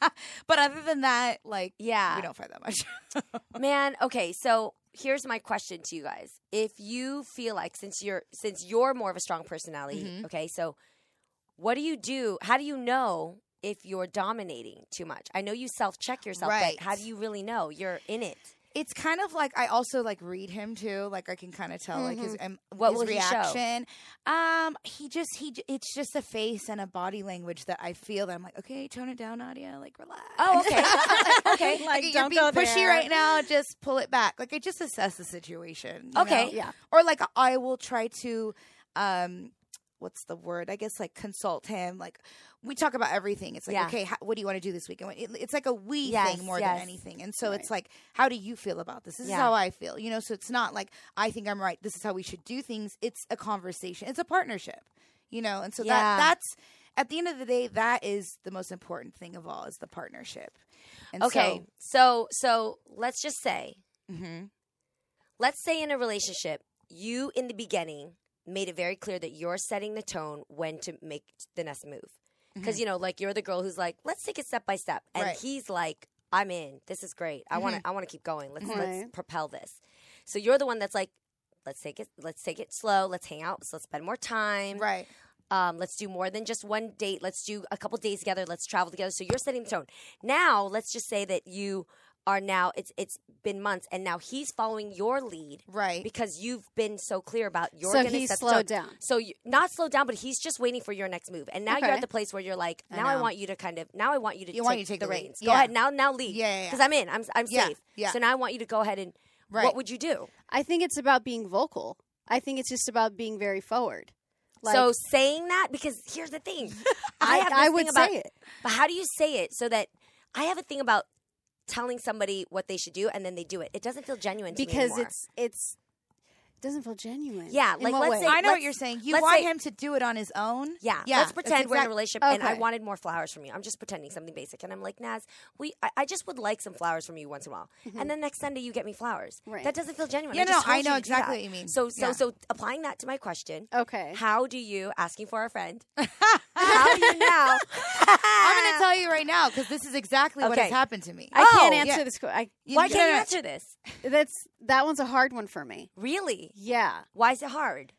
S2: but other than that, like
S9: Yeah.
S2: we don't fight that much.
S9: *laughs* Man, okay, so here's my question to you guys. If you feel like since you're since you're more of a strong personality,
S2: Mm-hmm.
S9: okay, so what do you do? How do you know if you're dominating too much? I know you self check yourself,
S2: Right.
S9: but how do you really know you're in it?
S2: it's kind of like I also like read him too. Like I can kind of tell like his um,
S9: Mm-hmm. What
S2: his
S9: will he show?
S2: reaction. Um, he just he j- it's just a face and a body language that I feel that I'm like okay, tone it down, Nadia. Like relax.
S9: Oh, okay. *laughs* okay.
S2: *laughs* Like, you're
S3: don't
S2: being
S3: go
S2: pushy
S3: there.
S2: right now. Just pull it back. Like I just assess the situation. you
S9: Okay.
S2: know?
S3: yeah.
S2: or like I will try to um what's the word I guess like consult him like we talk about everything it's like
S9: Yeah.
S2: okay how, what do you want to do this weekend it, it's like a we
S9: Yes,
S2: thing more
S9: yes.
S2: than anything and so it's like how do you feel about this this
S9: Yeah.
S2: is how I feel you know so it's not like I think I'm right this is how we should do things it's a conversation it's a partnership you know and so
S9: Yeah.
S2: that that's at the end of the day that is the most important thing of all is the partnership and
S9: Okay. So so let's just say
S2: so, Mhm.
S9: let's say in a relationship, you in the beginning made it very clear that you're setting the tone when to make the next move. Because, you know, like you're the girl who's like, let's take it step by step. And
S2: Mm-hmm. Right. Mm-hmm.
S9: he's like, I'm in. This is great. I wanna I wanna keep going. Let's let's
S3: Right.
S9: propel this. So you're the one that's like, let's take it let's take it slow, let's hang out, so let's spend more time.
S2: right
S9: Um, let's do more than just one date. Let's do a couple days together. Let's travel together. So you're setting the tone. Now, let's just say that you are now it's it's been months and now he's following your lead
S2: right
S9: because you've been so clear about you're
S3: So
S9: going to
S3: he's
S9: set the
S3: slowed
S9: tone.
S3: down.
S9: So you, not slowed down, but he's just waiting for your next move. And now you're
S2: Okay.
S9: at the place where you're like, now I,
S2: know.
S9: want you to kind of, now I want you to,
S2: You
S9: take,
S2: want you to take
S9: the
S2: the lead.
S9: reins. Go
S2: Yeah.
S9: ahead now, now lead.
S2: Yeah, yeah, yeah.
S9: because I'm in. I'm I'm
S2: Yeah,
S9: safe.
S2: yeah.
S9: So now I want you to go ahead and.
S2: Right.
S9: What would you do?
S3: I think it's about being vocal. I think it's just about being very forward.
S9: so saying that because here's the
S2: *laughs*
S9: thing,
S3: I,
S9: have this
S3: I
S9: thing
S3: would
S9: about,
S3: say it.
S9: But how do you say it so that I have a thing about telling somebody what they should do and then they do it? It doesn't feel genuine to me
S3: because
S9: anymore.
S3: it's it's doesn't feel genuine.
S9: Yeah,
S3: In
S9: like,
S3: what
S9: let's
S3: way?
S9: say-
S2: I know what
S9: let's-
S2: you're saying. You
S9: let's
S2: want
S9: say-
S2: him to do it on his own.
S9: Yeah,
S2: that's
S9: let's pretend we're in a
S2: exact-
S9: relationship, and I
S3: Okay.
S9: wanted more flowers from you. I'm just pretending something basic, and I'm like, Naz, we, I, I just would like some flowers from you once in a while, and then next Sunday you get me flowers.
S3: Right.
S9: That doesn't feel genuine.
S2: Mm-hmm. Yeah,
S9: I just
S2: no, I
S9: told you
S2: know
S9: to do that.
S2: exactly what you mean.
S9: So, so,
S2: Yeah.
S9: so applying that to my question,
S3: okay.
S9: how do you asking for
S2: *laughs*
S9: a friend? how do you now?
S2: I'm going to tell you right now because this is exactly what has
S9: Okay.
S2: happened to me.
S3: I can't
S9: Oh,
S3: answer
S2: yeah.
S3: this. que- I
S9: Why
S2: No,
S9: can't
S2: no,
S9: you
S2: no.
S9: answer this?
S3: that's that one's a hard one for me.
S9: Really?
S3: Yeah,
S9: Why is it hard?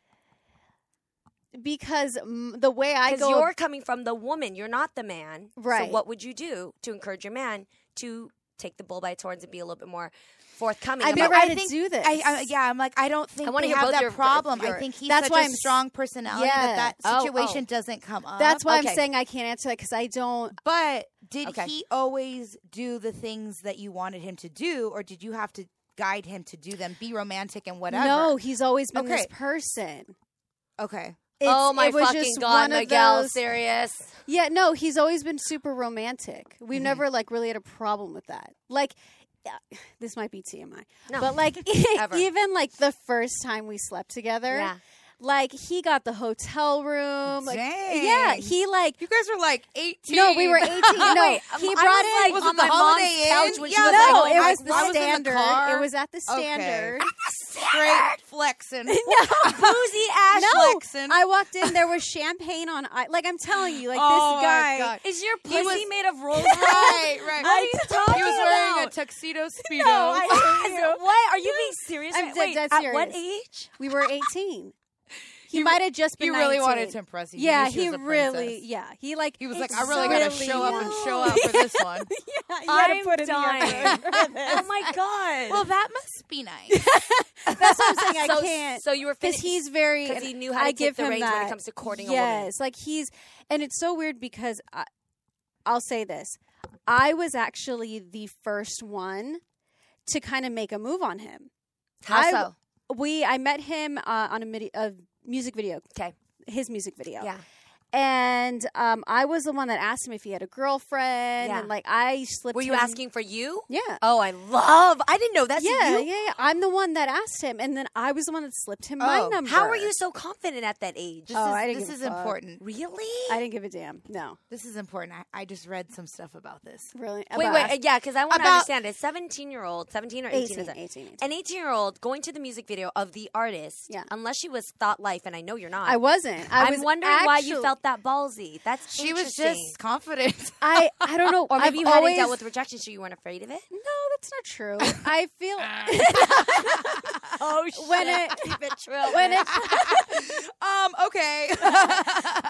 S3: because m- the way I
S9: Because
S3: go,
S9: you're coming from the woman, you're not the man.
S3: Right.
S9: So what would you do to encourage your man to take the bull by its horns and be a little bit more forthcoming?
S3: I've
S9: about
S3: never
S2: I
S3: had to
S2: think-
S3: do this.
S2: I, I, yeah, I'm like I don't think
S9: I wanna
S2: they
S9: hear
S2: have
S9: both
S2: that
S9: your-
S2: problem.
S9: your-
S2: I think he's
S3: That's
S2: such
S3: why
S2: a
S3: I'm s-
S2: strong personality
S3: Yeah.
S2: that
S9: Oh,
S2: that
S9: oh.
S2: situation doesn't come up.
S3: that's why
S9: okay.
S3: I'm saying I can't answer that because I don't.
S2: But did
S9: Okay.
S2: he always do the things that you wanted him to do, or did you have to guide him to do them? Be romantic and whatever.
S3: No, he's always been this
S2: Okay.
S3: person.
S2: Okay.
S3: It's-
S9: oh my
S3: it was
S9: fucking
S3: just
S9: god,
S3: one of
S9: Miguel!
S3: those-
S9: Serious?
S3: Yeah, no, he's always been super romantic. We've
S9: Mm-hmm.
S3: never like really had a problem with that. Like yeah, this might be TMI.
S9: No.
S3: But like
S9: *laughs*
S3: *laughs*
S9: Ever.
S3: even like the first time we slept together,
S9: Yeah.
S3: like he got the hotel room. Like,
S2: Dang.
S3: Yeah, he like
S2: You guys were like 18.
S3: No, we were
S2: *laughs*
S3: 18. No,
S9: *laughs* Wait,
S3: he
S9: I'm- I
S3: brought
S9: was,
S3: in
S9: like,
S2: was
S9: on
S2: it the
S9: my mom's
S2: Holiday
S9: couch
S2: Inn?
S9: when
S2: Yeah,
S9: she was
S2: no,
S9: like, oh,
S3: it
S9: my
S3: was the
S9: God.
S2: was in the
S3: standard.
S2: car.
S3: it was at the
S2: Okay.
S9: *laughs*
S3: standard.
S2: straight *laughs* flexing. *laughs*
S9: boozy ass.
S3: No,
S2: Flexing.
S3: I walked in. There was champagne on. I- Like I'm telling you, like
S2: Oh, my
S3: this guy.
S2: God.
S9: Is your pussy
S2: was-
S9: made of Rolls
S2: right, right.
S9: What are you talking
S2: He was wearing
S9: about?
S2: a tuxedo speedo.
S9: *laughs*
S2: *laughs*
S9: What? Are you being serious?
S3: *laughs* I'm
S9: right?
S3: dead-
S9: Wait,
S3: dead
S9: at what *laughs*
S3: serious.
S9: age?
S3: We were 18. He might have just been.
S2: He really
S3: 19.
S2: wanted to impress you.
S3: Yeah,
S2: wished
S3: he
S2: was a
S3: really.
S2: princess.
S3: Yeah, he like.
S2: He was like,
S3: it's
S2: I really
S3: so
S2: gotta show up and show up for this one.
S3: Yeah, you gotta
S9: I'm
S3: put in the
S9: dying.
S3: effort.
S9: *laughs* oh
S3: *laughs*
S9: my god.
S2: Well, that must be nice.
S3: That's what I'm saying. I
S9: *laughs* so,
S3: can't.
S9: So you were
S3: because
S9: finished-
S3: he's very
S9: 'cause
S3: and
S9: he knew how to
S3: I
S9: take
S3: give
S9: the
S3: him
S9: reins
S3: that.
S9: when it comes to courting
S3: yes,
S9: a woman.
S3: like he's and it's so weird because I, I'll say this: I was actually the first one to kind of make a move on him.
S9: How
S3: I-
S9: so?
S3: We I met him uh, on a, midi- a music video,
S9: Okay.
S3: his music video,
S9: Yeah.
S3: and um, I was the one that asked him if he had a girlfriend,
S9: Yeah.
S3: and like I slipped.
S9: Were you
S3: him-
S9: asking for you?
S3: Yeah.
S9: Oh, I love. I didn't know that's
S3: yeah,
S9: you.
S3: yeah, yeah. I'm the one that asked him, and then I was the one that slipped him my
S2: Oh.
S3: number.
S9: How are you so confident at that age?
S2: This
S3: Oh,
S2: is,
S3: I didn't
S2: this
S3: give
S2: is
S3: a fuck.
S2: important.
S9: Really?
S3: I didn't give a damn. No,
S2: This is important. I, I just read some stuff about this.
S3: really.
S9: Wait,
S3: about-
S9: wait, uh, yeah, because I want to
S2: About-
S9: understand. A seventeen-year-old, seventeen or
S3: 18,
S9: eighteen, is it?
S3: 18, 18.
S9: an eighteen-year-old going to the music video of the artist.
S3: Yeah.
S9: unless she was Thought Life, and I know you're not.
S3: I wasn't. I
S9: am
S3: was
S9: wondering why you
S3: actually-
S9: felt that ballsy. That's
S2: She was
S9: interesting. Uh,
S2: just confident. *laughs*
S3: I I don't know.
S9: *laughs* or maybe
S3: I've
S9: you
S3: always,
S9: hadn't dealt with rejection, so you weren't
S3: *laughs*
S9: afraid of it.
S3: No, that's not
S9: *laughs*
S3: true. I feel
S9: Oh shit!
S3: when it *laughs*
S9: Keep *laughs* it true.
S3: when it
S2: um, okay.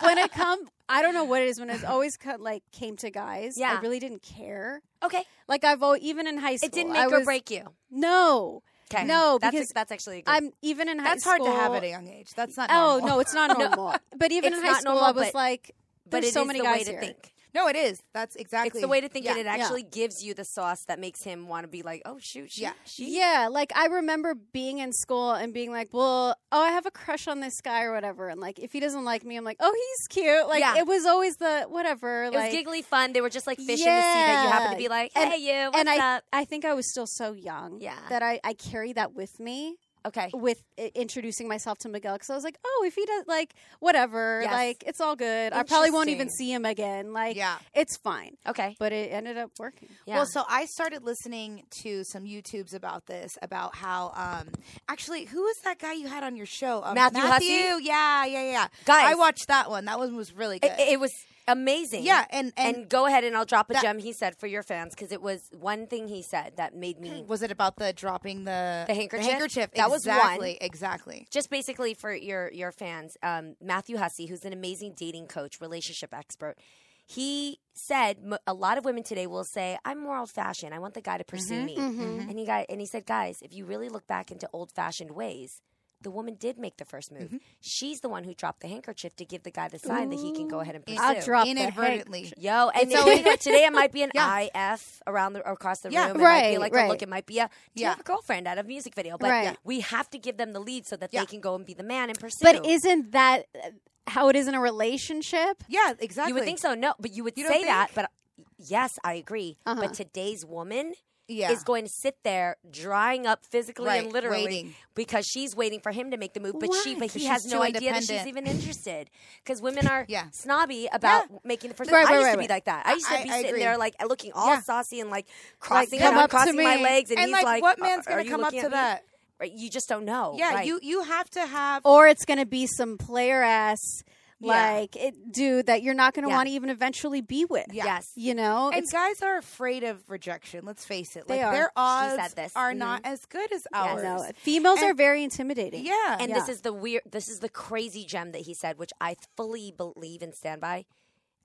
S3: when it come. I don't know what it is. When it's always co- like came to guys,
S9: Yeah.
S3: I really didn't care.
S9: okay,
S3: Like I've always, even in high school,
S9: it didn't
S3: I
S9: make
S3: was,
S9: or break you.
S3: No,
S9: Okay,
S3: no,
S9: that's
S3: because
S9: that's actually a good.
S3: I'm even in high
S2: *laughs* That's
S3: school.
S2: hard to have at a young age. That's not
S3: Oh
S9: *laughs*
S2: normal.
S3: no, it's not normal. but even in
S9: It's
S3: high
S9: not
S3: school, I
S9: normal,
S3: was
S9: but-
S3: like,
S9: but
S3: "There's
S9: it
S3: so
S9: is
S3: many
S9: the
S3: guys
S9: way to
S3: here."
S9: think.
S2: No, it is. That's exactly.
S9: It's the way to think,
S2: yeah.
S9: and it actually gives you the sauce that makes him want to be like, "Oh shoot, she,
S2: Yeah.
S9: she
S3: Yeah, like I remember being in school and being like, "Well, oh, I have a crush on this guy or whatever," and like if he doesn't like me, I'm like, "Oh, he's cute." Like
S9: Yeah.
S3: it was always the whatever.
S9: It was
S3: like,
S9: giggly fun. They were just like fishing to see that you happen to be like,
S3: Yeah.
S9: hey, you, what's
S3: and I,
S9: up?
S3: I think I was still so young.
S9: Yeah.
S3: that I, I carry that with me
S9: Okay.
S3: with i- introducing myself to Miguel because I was like, "Oh, if he does like whatever,
S9: Yes.
S3: like it's all good. I probably won't even
S2: Interesting.
S3: see him again. Like,
S2: Yeah.
S3: it's fine."
S9: Okay.
S3: But it ended up working.
S9: Yeah.
S2: Well, so I started listening to some YouTubes about this, about how um actually who was that guy you had on your show? Um,
S9: Matthew Hussey?
S2: Yeah, yeah, yeah.
S9: Guys.
S2: I watched that one. That one was really good.
S9: it, it was amazing.
S2: Yeah, and- and-
S9: go ahead and I'll drop a
S2: That-
S9: gem he said for your fans because it was one thing he said that made
S3: Hmm.
S9: me
S2: was it about the dropping the
S9: The handkerchief?
S2: handkerchief.
S9: That was one.
S2: exactly, exactly.
S9: just basically for your your fans, um, Matthew Hussey, who's an amazing dating coach, relationship expert, he said m- a lot of women today will say, "I'm more old fashioned. I want the guy to pursue me." And he got and he said, "Guys, if you really look back into old fashioned ways." The woman did make the first move. She's the one who dropped the handkerchief to give the guy the sign that he can go ahead and pursue.
S3: I'll drop the
S2: Inadvertently.
S3: handkerchief.
S2: *laughs*
S9: Yo, and
S2: It's
S9: so, you
S2: always-
S9: know, today it might be an
S2: *laughs* Yeah.
S9: IF around the, or across the
S2: Yeah.
S9: room. It might be
S3: Right,
S9: like a
S3: right.
S9: look. It might be a do you
S2: Yeah.
S9: have a girlfriend at a music video. But
S3: Right.
S9: we have to give them the lead so that
S2: Yeah.
S9: they can go and be the man and pursue.
S3: But isn't that uh, how it is in a relationship?
S2: Yeah, exactly.
S9: you would think so? No, but you would
S2: You don't
S9: say that.
S2: think? Uh-huh.
S9: But yes, I agree. But today's woman.
S2: Yeah.
S9: Is going to sit there drying up physically and
S2: Right,
S9: literally
S2: waiting.
S9: because she's waiting for him to make the move, but she
S3: Why?
S9: but he
S2: 'Cause
S9: has
S2: she's
S9: no
S2: too
S9: idea that she's even
S2: independent.
S9: interested because women are
S2: Yeah.
S9: snobby about making the first.
S3: Right,
S9: I
S3: right,
S9: used
S3: right,
S9: to be
S3: right.
S9: like that. I used to
S2: I-
S9: be
S2: I
S9: sitting
S2: agree.
S9: there like looking all
S2: Yeah.
S9: saucy and like crossing
S3: come
S9: and I'm
S3: up to
S9: crossing my
S3: me.
S9: legs, and,
S2: And,
S9: he's
S2: like, what
S9: "Are-
S2: man's
S9: are
S2: gonna
S9: you
S2: come up
S9: looking at
S2: to
S9: me?"
S2: that?
S9: Right, you just don't know.
S2: Yeah,
S9: right. Oh,
S2: you you have to have
S3: or it's going to be some player ass
S2: Yeah.
S3: like it, dude that you're not going to
S9: Yeah.
S3: want to even eventually be with.
S2: Yeah.
S9: Yes.
S3: you know,
S2: and
S3: it's
S2: guys are afraid of rejection. Let's face it;
S3: They
S2: like
S3: are.
S2: their
S9: said
S2: odds
S9: this. Mm-hmm.
S2: are not as good as ours.
S3: no, females
S2: And-
S3: are very intimidating.
S2: Yeah,
S9: And
S3: Yeah.
S9: this is the weird, this is the crazy gem that he said, which I fully believe and stand by.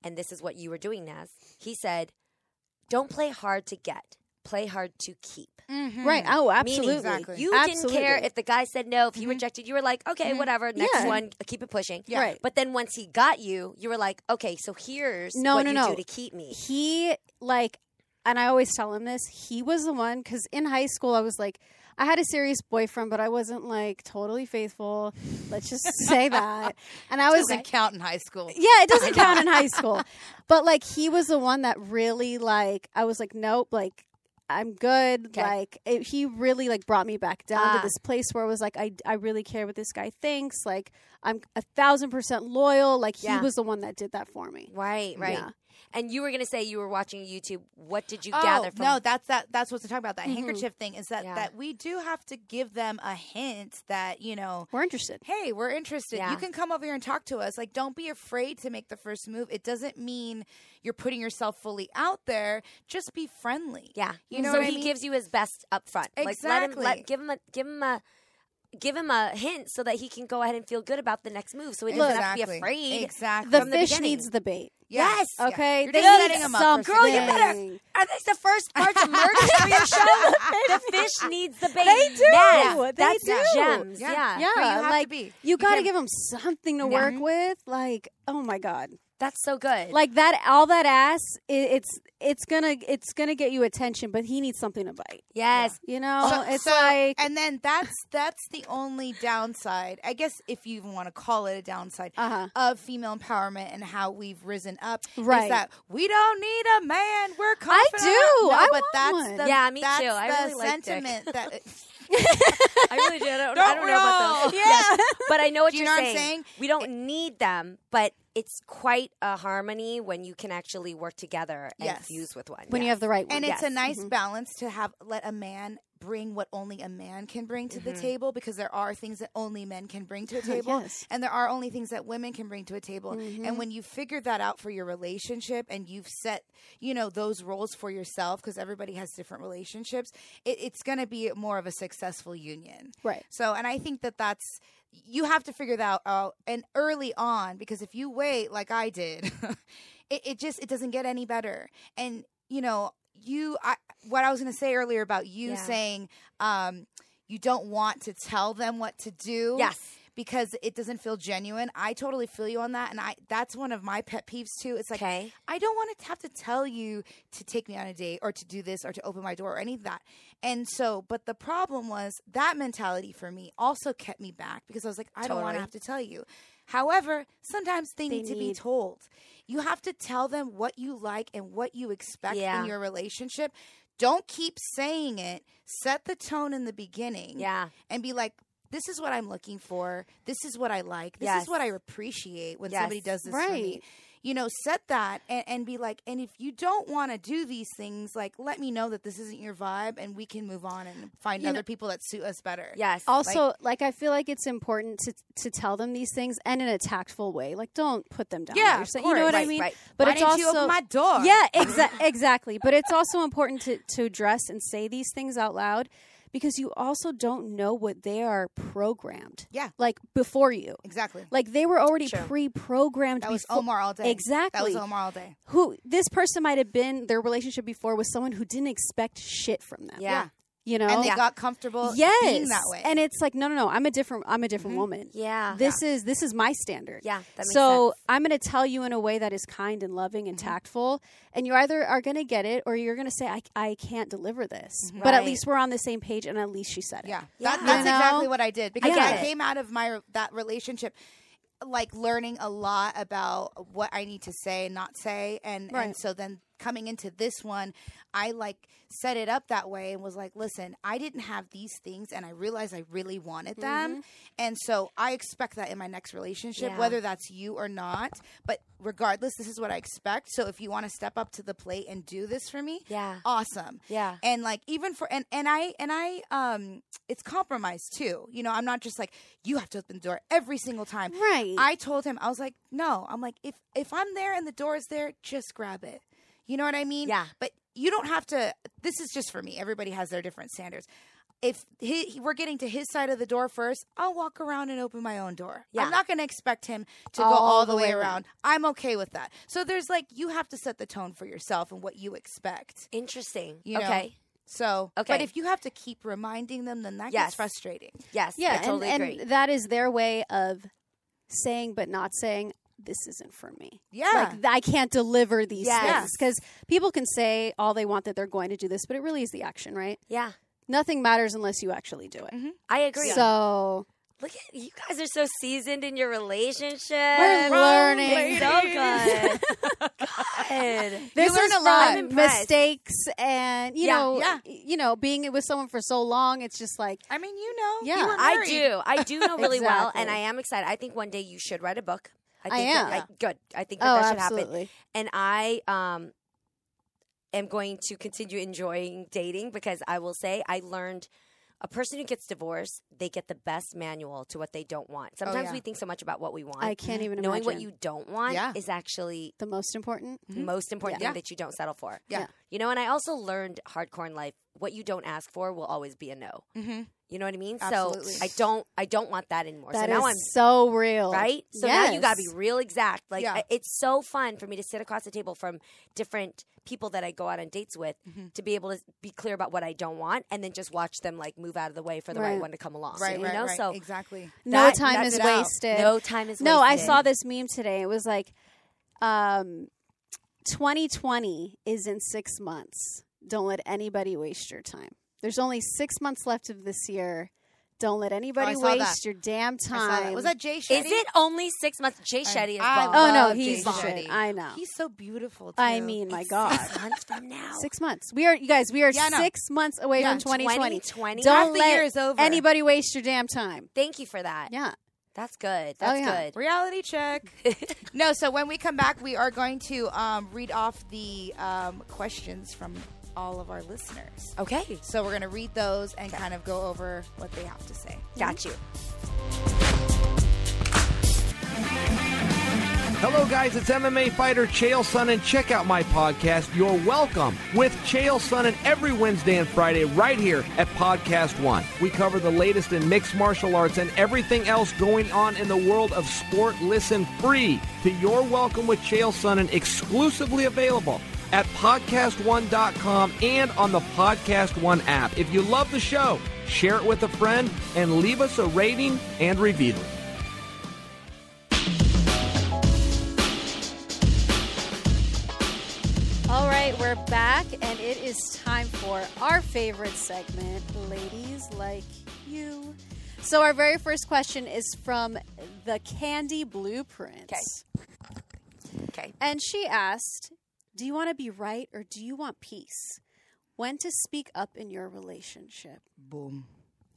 S9: And this is what you were doing, Naz. He said, "Don't play hard to get; play hard to keep."
S2: Mm-hmm.
S3: right. Oh, absolutely.
S9: Meaning, you
S3: absolutely. Mm-hmm.
S9: didn't care if the guy said no, if he rejected, you were like, "Okay, whatever, next
S3: Yeah.
S9: one, keep it pushing."
S3: Yeah. Right.
S9: But then once he got you, you were like, "Okay, so here's
S3: No,
S9: what
S3: no,
S9: you
S3: no.
S9: do to keep me."
S3: he like, and I always tell him this. He was the one because in high school I was like. I had a serious boyfriend, but I wasn't like totally faithful. Let's just say that. And I was
S2: doesn't count in high school.
S3: Yeah, it doesn't count in
S2: *laughs*
S3: high school. But like he was the one that really like I was like nope, like I'm good.
S9: Okay.
S3: Like it, he really like brought me back down
S9: Ah.
S3: to this place where I was like I I really care what this guy thinks. Like I'm a thousand percent loyal. Like he
S9: Yeah.
S3: was the one that did that for me.
S9: Right, right.
S3: Yeah. Oh,
S9: And you were gonna say you were watching YouTube. What did you
S2: oh,
S9: gather from? Mm-hmm.
S2: no, that's that. That's what's talking about. That handkerchief thing is that
S9: Yeah.
S2: that we do have to give them a hint that you know,
S3: We're interested.
S2: hey, we're interested.
S9: Yeah.
S2: You can come over here and talk to us. Like, don't be afraid to make the first move. It doesn't mean you're putting yourself fully out there. Just be friendly.
S9: Yeah,
S2: you know.
S9: So
S2: what I
S9: he
S2: mean?
S9: gives you his best up front. Like let him, let,
S2: Exactly.
S9: give him a, give him a. give him a hint so that he can go ahead and feel good about the next move. So he
S2: Look,
S9: doesn't have to be
S2: exactly.
S9: afraid.
S2: Exactly.
S3: The
S9: from the
S3: fish
S9: beginning.
S3: needs the bait.
S9: Yes.
S2: Yeah.
S3: Okay,
S2: You're
S3: they
S2: just
S3: need
S2: setting him
S3: some-
S2: up. For
S9: Girl, you
S2: success.
S9: better.
S3: Dang.
S9: Are these the first parts of
S2: *laughs*
S9: merch for your show? the fish needs the bait.
S3: They do.
S9: Yes,
S3: They
S9: that's
S3: do.
S9: gems. Yeah.
S2: Yeah.
S3: Yeah,
S2: But you have to
S3: like
S2: be.
S3: you got to
S2: can't-
S3: give him something to work with. Like, oh my god,
S9: that's so good.
S3: like that all that ass. i it's it's gonna it's gonna get you attention, but he needs something to bite.
S9: yes,
S3: You know,
S2: So-
S3: Oh, it's
S2: so-
S3: like
S2: and then that's that's the only downside, I guess, if you even want to call it a downside
S3: Uh-huh.
S2: of female empowerment and how we've risen up.
S3: Right.
S2: is that we don't need a man. We're
S3: I
S2: confident.
S3: do.
S2: No,
S3: I
S2: but
S3: want
S2: that's
S3: one.
S2: the
S9: Yeah, me
S2: that's
S9: too. I
S2: the
S9: really like dick.
S2: sentiment
S9: *laughs*
S2: that.
S9: I really do.
S2: *laughs*
S9: I don't, I
S2: Don't
S9: don't
S2: we
S9: know about
S2: all? *laughs*
S9: those. Yes. but I know what
S2: Do you
S9: you're
S2: know what I'm
S9: saying.
S2: saying?
S9: We don't need them, but it's quite a harmony when you can actually work together and
S2: Yes.
S9: fuse with one.
S3: when you have the right one.
S2: and it's a
S9: Yes.
S2: nice balance to have let a man bring what only a man can bring to the table because there are things that only men can bring to a table
S3: Yes.
S2: and there are only things that women can bring to a table and when you figure that out for your relationship and you've set you know those roles for yourself because everybody has different relationships it, it's going to be more of a successful union
S3: Mm-hmm. Right.
S2: so and i think that that's you have to figure that out and early on because if you wait like i did *laughs* it, it just it doesn't get any better and you know you I, what i was going to say earlier about you
S9: Yeah.
S2: saying um, you don't want to tell them what to do
S9: Yes.
S2: because it doesn't feel genuine i totally feel you on that and i that's one of my pet peeves too it's like
S9: Okay.
S2: i don't want to have to tell you to take me on a date or to do this or to open my door or any of that and so but the problem was that mentality for me also kept me back because i was like i don't want to
S9: Totally.
S2: have to tell you however sometimes they, need to be
S3: need-
S2: told you have to tell them what you like and what you expect
S9: Yeah.
S2: in your relationship don't keep saying it set the tone in the beginning
S9: Yeah.
S2: and be like this is what i'm looking for this is what i like this
S9: Yes.
S2: is what i appreciate when
S9: Yes.
S2: somebody does this for me
S3: Right.
S2: you know set that and, and be like and if you don't want to do these things like let me know that this isn't your vibe and we can move on and find
S3: You know-
S2: other people that suit us better
S9: yes.
S3: also like, I feel like it's important to to tell them these things and in a tactful way. Like don't put them down.
S2: Yeah,
S3: You're
S2: of
S3: saying- you know
S2: course.
S3: what I
S9: Right,
S3: mean.
S9: right.
S3: But
S2: Why
S3: it's
S2: didn't
S3: also
S2: you open my door?
S3: Yeah, exa- *laughs* exactly. But it's also important to to address and say these things out loud because you also don't know what they are programmed.
S2: Yeah.
S3: like before you.
S2: exactly
S3: Like they were already
S9: True.
S3: pre-programmed.
S2: that was
S3: befo-
S2: omar all day
S3: Exactly.
S2: that was omar all day
S3: Who this person might have been their relationship before was someone who didn't expect shit from them.
S9: yeah. yeah.
S3: you know.
S2: and they got comfortable
S3: yes,
S2: being that way Mm-hmm.
S3: and it's like no, no, no. I'm a different. I'm a different woman.
S9: Yeah.
S3: This is this is my standard.
S9: Yeah, that makes
S3: so
S9: sense.
S3: I'm going to tell you in a way that is kind and loving
S2: Mm-hmm.
S3: and tactful, and you either are going to get it or you're going to say I, I can't deliver this. But at
S9: Right.
S3: least we're on the same page, and at least she said it.
S2: Yeah,
S9: Yeah.
S2: That, that's
S3: You know?
S2: exactly what I did because
S9: get
S2: I,
S9: it.
S2: came out of my that relationship like learning a lot about what I need to say and not say, and
S3: Right.
S2: and so then coming into this one, I like set it up that way and was like, listen, I didn't have these things, and I realized I really wanted them, and so I expect that in my next relationship,
S9: Mm-hmm. Yeah.
S2: whether that's you or not. But regardless, this is what I expect. So if you want to step up to the plate and do this for me,
S9: Yeah.
S2: awesome,
S9: Yeah.
S2: and like even for and and i and i um it's compromise too you know i'm not just like you have to open the door every single time
S3: Right.
S2: i told him i was like no i'm like if if i'm there and the door is there just grab it you know what i mean
S9: Yeah.
S2: but you don't have to this is just for me everybody has their different standards if he, he- we're getting to his side of the door first, I'll walk around and open my own door.
S9: Yeah.
S2: I'm not going to expect him to go all the, way, around.
S3: around.
S2: I'm okay with that. So there's like you have to set the tone for yourself and what you expect.
S9: Interesting.
S2: You know?
S9: okay.
S2: So, but
S9: Okay.
S2: if you have to keep reminding them, then that
S9: Yes.
S2: gets frustrating.
S9: Yes.
S3: yeah,
S9: I
S3: and,
S9: totally
S3: and
S9: agree.
S3: that is their way of saying but not saying this isn't for me.
S2: Yeah.
S3: Like th- I can't deliver these
S9: Yes.
S3: things because people can say all they want that they're going to do this, but it really is the action, right?
S9: yeah.
S3: Nothing matters unless you actually do it.
S9: I Mm-hmm. agree.
S3: So
S9: Look at you guys are so seasoned in your relationship.
S3: We're learning.
S9: So
S2: *laughs*
S9: good. good.
S3: this
S2: learn
S3: is
S2: a lot.
S3: from
S9: I'm impressed.
S3: mistakes and you
S9: Yeah.
S3: know,
S2: Yeah.
S3: you know, being with someone for so long, it's just like
S2: I mean, you know,
S3: Yeah.
S2: you were
S9: I
S2: married.
S9: do. I do know really well, and
S3: Exactly.
S9: I am excited. I think one day you should write a book. I,
S3: I
S9: think that-
S3: am.
S9: good. I think that,
S3: oh,
S9: that should happen.
S3: absolutely.
S9: And I um, am going to continue enjoying dating because I will say I learned a person who gets divorced, they get the best manual to what they don't want. Sometimes
S2: yeah.
S9: we think so much about what we want.
S3: Oh, I can't even
S9: Knowing what
S3: imagine.
S9: you Mm-hmm. don't want
S2: Yeah.
S9: is actually
S3: the most important.
S9: most important
S3: Yeah.
S9: thing that you don't settle for.
S2: Yeah.
S9: You know, and I also learned hardcore in life what you don't ask for will always be a no.
S2: Mm-hmm.
S9: You know what I mean?
S2: Absolutely.
S9: So I don't I don't want that anymore.
S3: That
S9: so now
S3: is
S9: I'm
S3: so real,
S9: right? So now you gotta be real exact. Like
S2: Yeah.
S9: I- it's so fun for me to sit across the table from different people that I go out on dates with
S2: Mhm.
S9: to be able to be clear about what I don't want, and then just watch them like move out of the way for the right,
S3: Right.
S9: one to come along.
S2: Right,
S9: you
S2: right,
S9: know?
S2: right.
S9: So
S2: exactly.
S3: No
S9: that-
S3: time
S9: that's
S3: is
S2: it out.
S3: wasted.
S9: no time is
S3: No, I
S9: wasted.
S3: saw this meme today. It was like, um, 2020 is in six months. Don't let anybody waste your time. There's only six months left of this year. Don't let anybody
S2: Oh, saw that.
S3: waste your damn
S2: I saw that.
S3: time.
S2: Was that Jay Shetty?
S9: Is it only six months? Jay Shetty is
S2: I
S9: gone.
S3: Oh no,
S2: love
S3: he's
S2: Jay
S3: the
S2: Shetty.
S3: shit. I know.
S2: He's so beautiful. Too.
S3: I mean, my God,
S9: Six months from now.
S3: six months. We are, you guys, we are
S2: Yeah, I know.
S3: six months away
S2: Yeah,
S3: from 2020.
S9: 2020.
S2: Half
S3: Don't
S2: the
S3: let
S2: year is over.
S3: anybody waste your damn time.
S9: Thank you for that.
S3: Yeah.
S9: That's good. That's
S3: yeah.
S9: good.
S2: Reality
S9: *laughs*
S2: check. *laughs* no, so when we come back, we are going to um, read off the um, questions from all of our listeners.
S9: Okay.
S2: So we're going to read those and kind of go over what they have to say.
S9: Got you.
S10: Hello, guys. It's MMA fighter Chael Sonnen. Check out my podcast, You're Welcome, with Chael Sonnen every Wednesday and Friday right here at Podcast One. We cover the latest in mixed martial arts and everything else going on in the world of sport. Listen free to You're Welcome with Chael Sonnen, exclusively available at podcastone.com and on the Podcast One app. If you love the show, share it with a friend and leave us a rating and review.
S3: All right, we're back, and it is time for our favorite segment, Ladies Like You. So, our very first question is from the Candy Blueprint.
S9: Okay.
S3: And she asked, Do you want to be right or do you want peace? When to speak up in your relationship?
S2: Boom.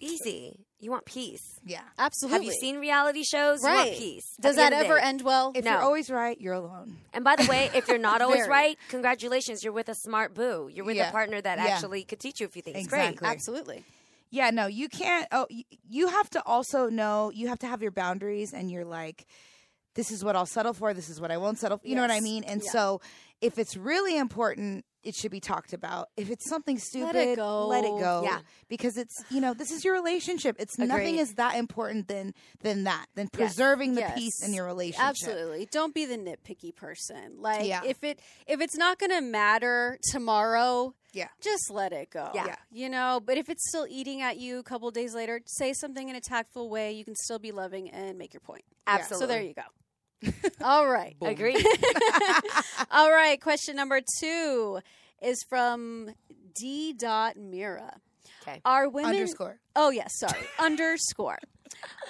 S9: Easy. You want peace.
S2: Yeah.
S3: Absolutely.
S9: Have you seen reality shows? You
S3: Right.
S9: want peace. At
S3: Does
S9: the
S3: that
S9: end of the
S3: ever
S9: day.
S3: end well?
S2: If
S9: No.
S2: you're always right, you're alone.
S9: And by the way, if you're not always
S3: Very.
S9: right, congratulations. You're with a smart boo. You're with
S2: Yeah.
S9: a partner that
S2: Yeah.
S9: actually could teach you a few things.
S2: Exactly.
S9: Great.
S3: Absolutely.
S2: Yeah, no, you can't. Oh, y- you have to also know, you have to have your boundaries, and you're like, this is what I'll settle for, this is what I won't settle You know what I
S3: Yes.
S2: mean? And
S3: Yeah.
S2: so, if it's really important, it should be talked about. If it's something stupid, let it
S3: go.
S2: go.
S9: Yeah.
S2: Because it's, you know, this is your relationship. It's nothing
S9: Agreed.
S2: is that important than than that, than preserving the
S3: Yes.
S2: peace in your relationship.
S3: Absolutely. Don't be the nitpicky person. Like
S2: Yeah.
S3: if it if it's not going to matter tomorrow,
S2: Yeah.
S3: just let it go.
S9: Yeah. Yeah.
S3: You know, but if it's still eating at you a couple days later, say something in a tactful way. You can still be loving and make your point.
S9: Absolutely.
S3: So there you go.
S2: *laughs*
S3: All right.
S9: Agreed.
S3: All right. Question number 2 is from D. Dot Mira.
S9: Okay.
S3: Are women
S2: Underscore.
S3: Oh yes, sorry. *laughs* Underscore.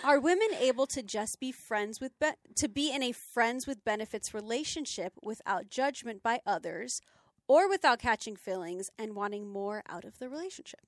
S3: Are women able to just be friends with be- to be in a friends with benefits relationship without judgment by others or without catching feelings and wanting more out of the relationship?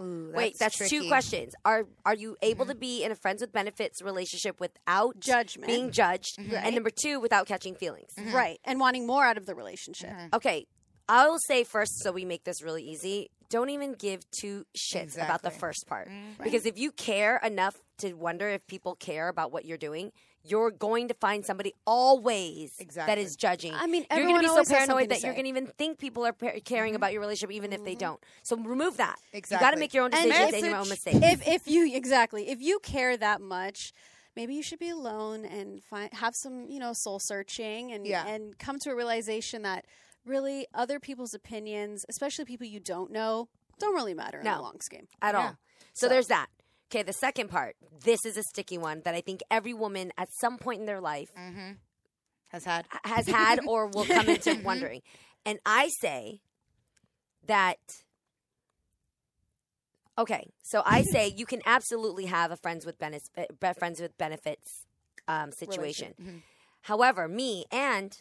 S2: Ooh,
S9: Wait, that's two
S2: tricky. Mm-hmm.
S9: questions. Are are you able to be in a friends with benefits relationship without
S3: Judgment.
S9: being judged?
S2: Mm-hmm.
S9: And number two, without catching feelings.
S3: Right. And wanting more out of the relationship.
S9: Okay, I will say first, so we make this really easy. Don't even give two shits about the
S2: Exactly. Mm-hmm.
S9: first part because if you care enough to wonder if people care about what you're doing. You're going to find somebody always that
S2: Exactly.
S9: is judging.
S3: I mean,
S9: you're
S3: everyone
S9: going to be
S3: always
S9: so
S3: has something
S9: paranoid
S3: to
S9: that you're
S3: say.
S9: going to even think people are par- caring about your relationship, even if they don't. So remove that. You got to
S2: Mm-hmm. Exactly.
S9: make your own
S3: And
S9: decisions and, your
S2: message-
S9: own mistakes.
S3: if if you exactly, if you care that much, maybe you should be alone and find have some, you know, soul searching and
S2: Yeah.
S3: and come to a realization that really other people's opinions, especially people you don't know, don't really matter in
S9: No.
S3: the long game.
S9: at all. So, there's that. Okay, the second part. This is a sticky one that I think every woman at some point in their life
S2: Has had.
S9: ha- *laughs* has had or will come into wondering. And I say that okay, so I say you can absolutely have a friends with benefits friends with benefits um, situation. However, me and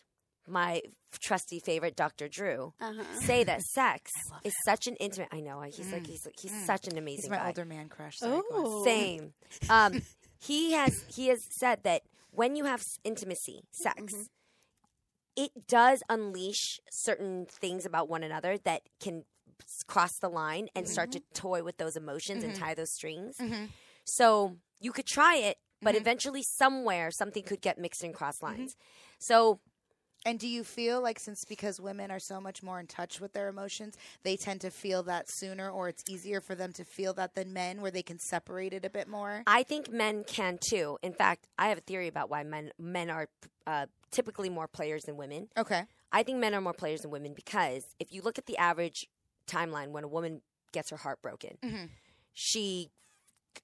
S9: my trusty favorite Dr. Drew
S3: Uh-huh.
S9: say that sex is such an intimate. I know he's like he's he's such an amazing.
S2: He's my
S9: guy.
S2: older man crush. so I go-
S3: Oh,
S9: Same. Um, he has he has said that when you have s- intimacy, sex, it does unleash certain things about one another that can s- cross the line and start to toy with those emotions and tie those strings. So you could try it, but eventually somewhere something could get mixed and cross lines. So
S2: And do you feel like since because women are so much more in touch with their emotions, they tend to feel that sooner or it's easier for them to feel that than men where they can separate it a bit more?
S9: I think men can too. In fact, I have a theory about why men men are uh, typically more players than women.
S2: Okay.
S9: I think men are more players than women because if you look at the average timeline when a woman gets her heart broken,
S2: Mhm.
S9: she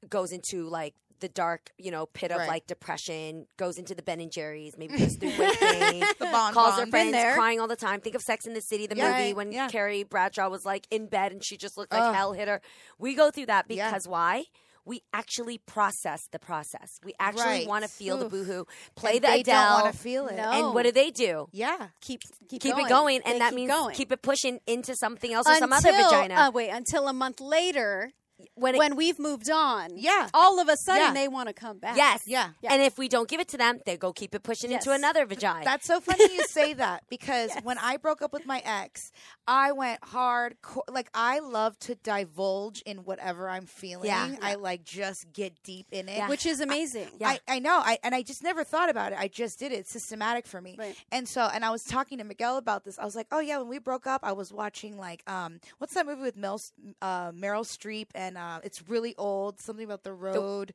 S9: goes into like the dark, you know, pit of
S2: Right.
S9: like depression, goes into the Ben and
S2: *laughs*
S9: Jerry's, maybe goes through weight gain,
S2: The bon
S9: calls her
S2: bon. Been
S9: friends,
S2: there.
S9: crying all the time. Think of Sex in the City, the
S2: Yeah.
S9: movie
S2: Right,
S9: when
S2: yeah.
S9: Carrie Bradshaw was like in bed and she just looked like
S2: Ugh.
S9: hell hit her. We go through that
S2: Yeah.
S9: because why? We actually process the process. We actually
S2: Right.
S9: want to feel the
S2: Oof.
S9: boohoo, play
S2: And
S9: the
S2: they
S9: Adele,
S2: don't wanna feel it.
S9: and
S3: No.
S9: what do they do?
S2: Yeah.
S3: keep keep,
S9: keep
S3: going.
S9: it going, and
S3: They
S9: that
S3: keep
S9: means
S3: going.
S9: keep it pushing into something else or some other
S3: Until-
S9: vagina.
S3: Uh, wait, until a month later
S9: when
S3: when,
S9: it-
S3: we've moved on.
S2: Yeah.
S3: All of a sudden
S2: Yeah.
S3: they want to come back.
S9: yes,
S2: Yeah.
S3: Yeah.
S9: And if we don't give it to them, they go keep it pushing into
S3: Yes.
S9: another vagina.
S2: That's so funny
S9: *laughs*
S2: you say that because when I broke up with my ex, I went hard. co- Like I love to divulge in whatever I'm feeling.
S9: Yeah.
S2: I like just get deep in it.
S9: Yeah.
S3: Which is amazing.
S9: Yeah.
S2: I, I know. I and I just never thought about it. I just did it. It's systematic for me.
S3: Right.
S2: And so and I was talking to Miguel about this. I was like, Oh yeah, when we broke up, I was watching like um what's that movie with Mel uh, Meryl Streep and uh, it's really old, something about the road.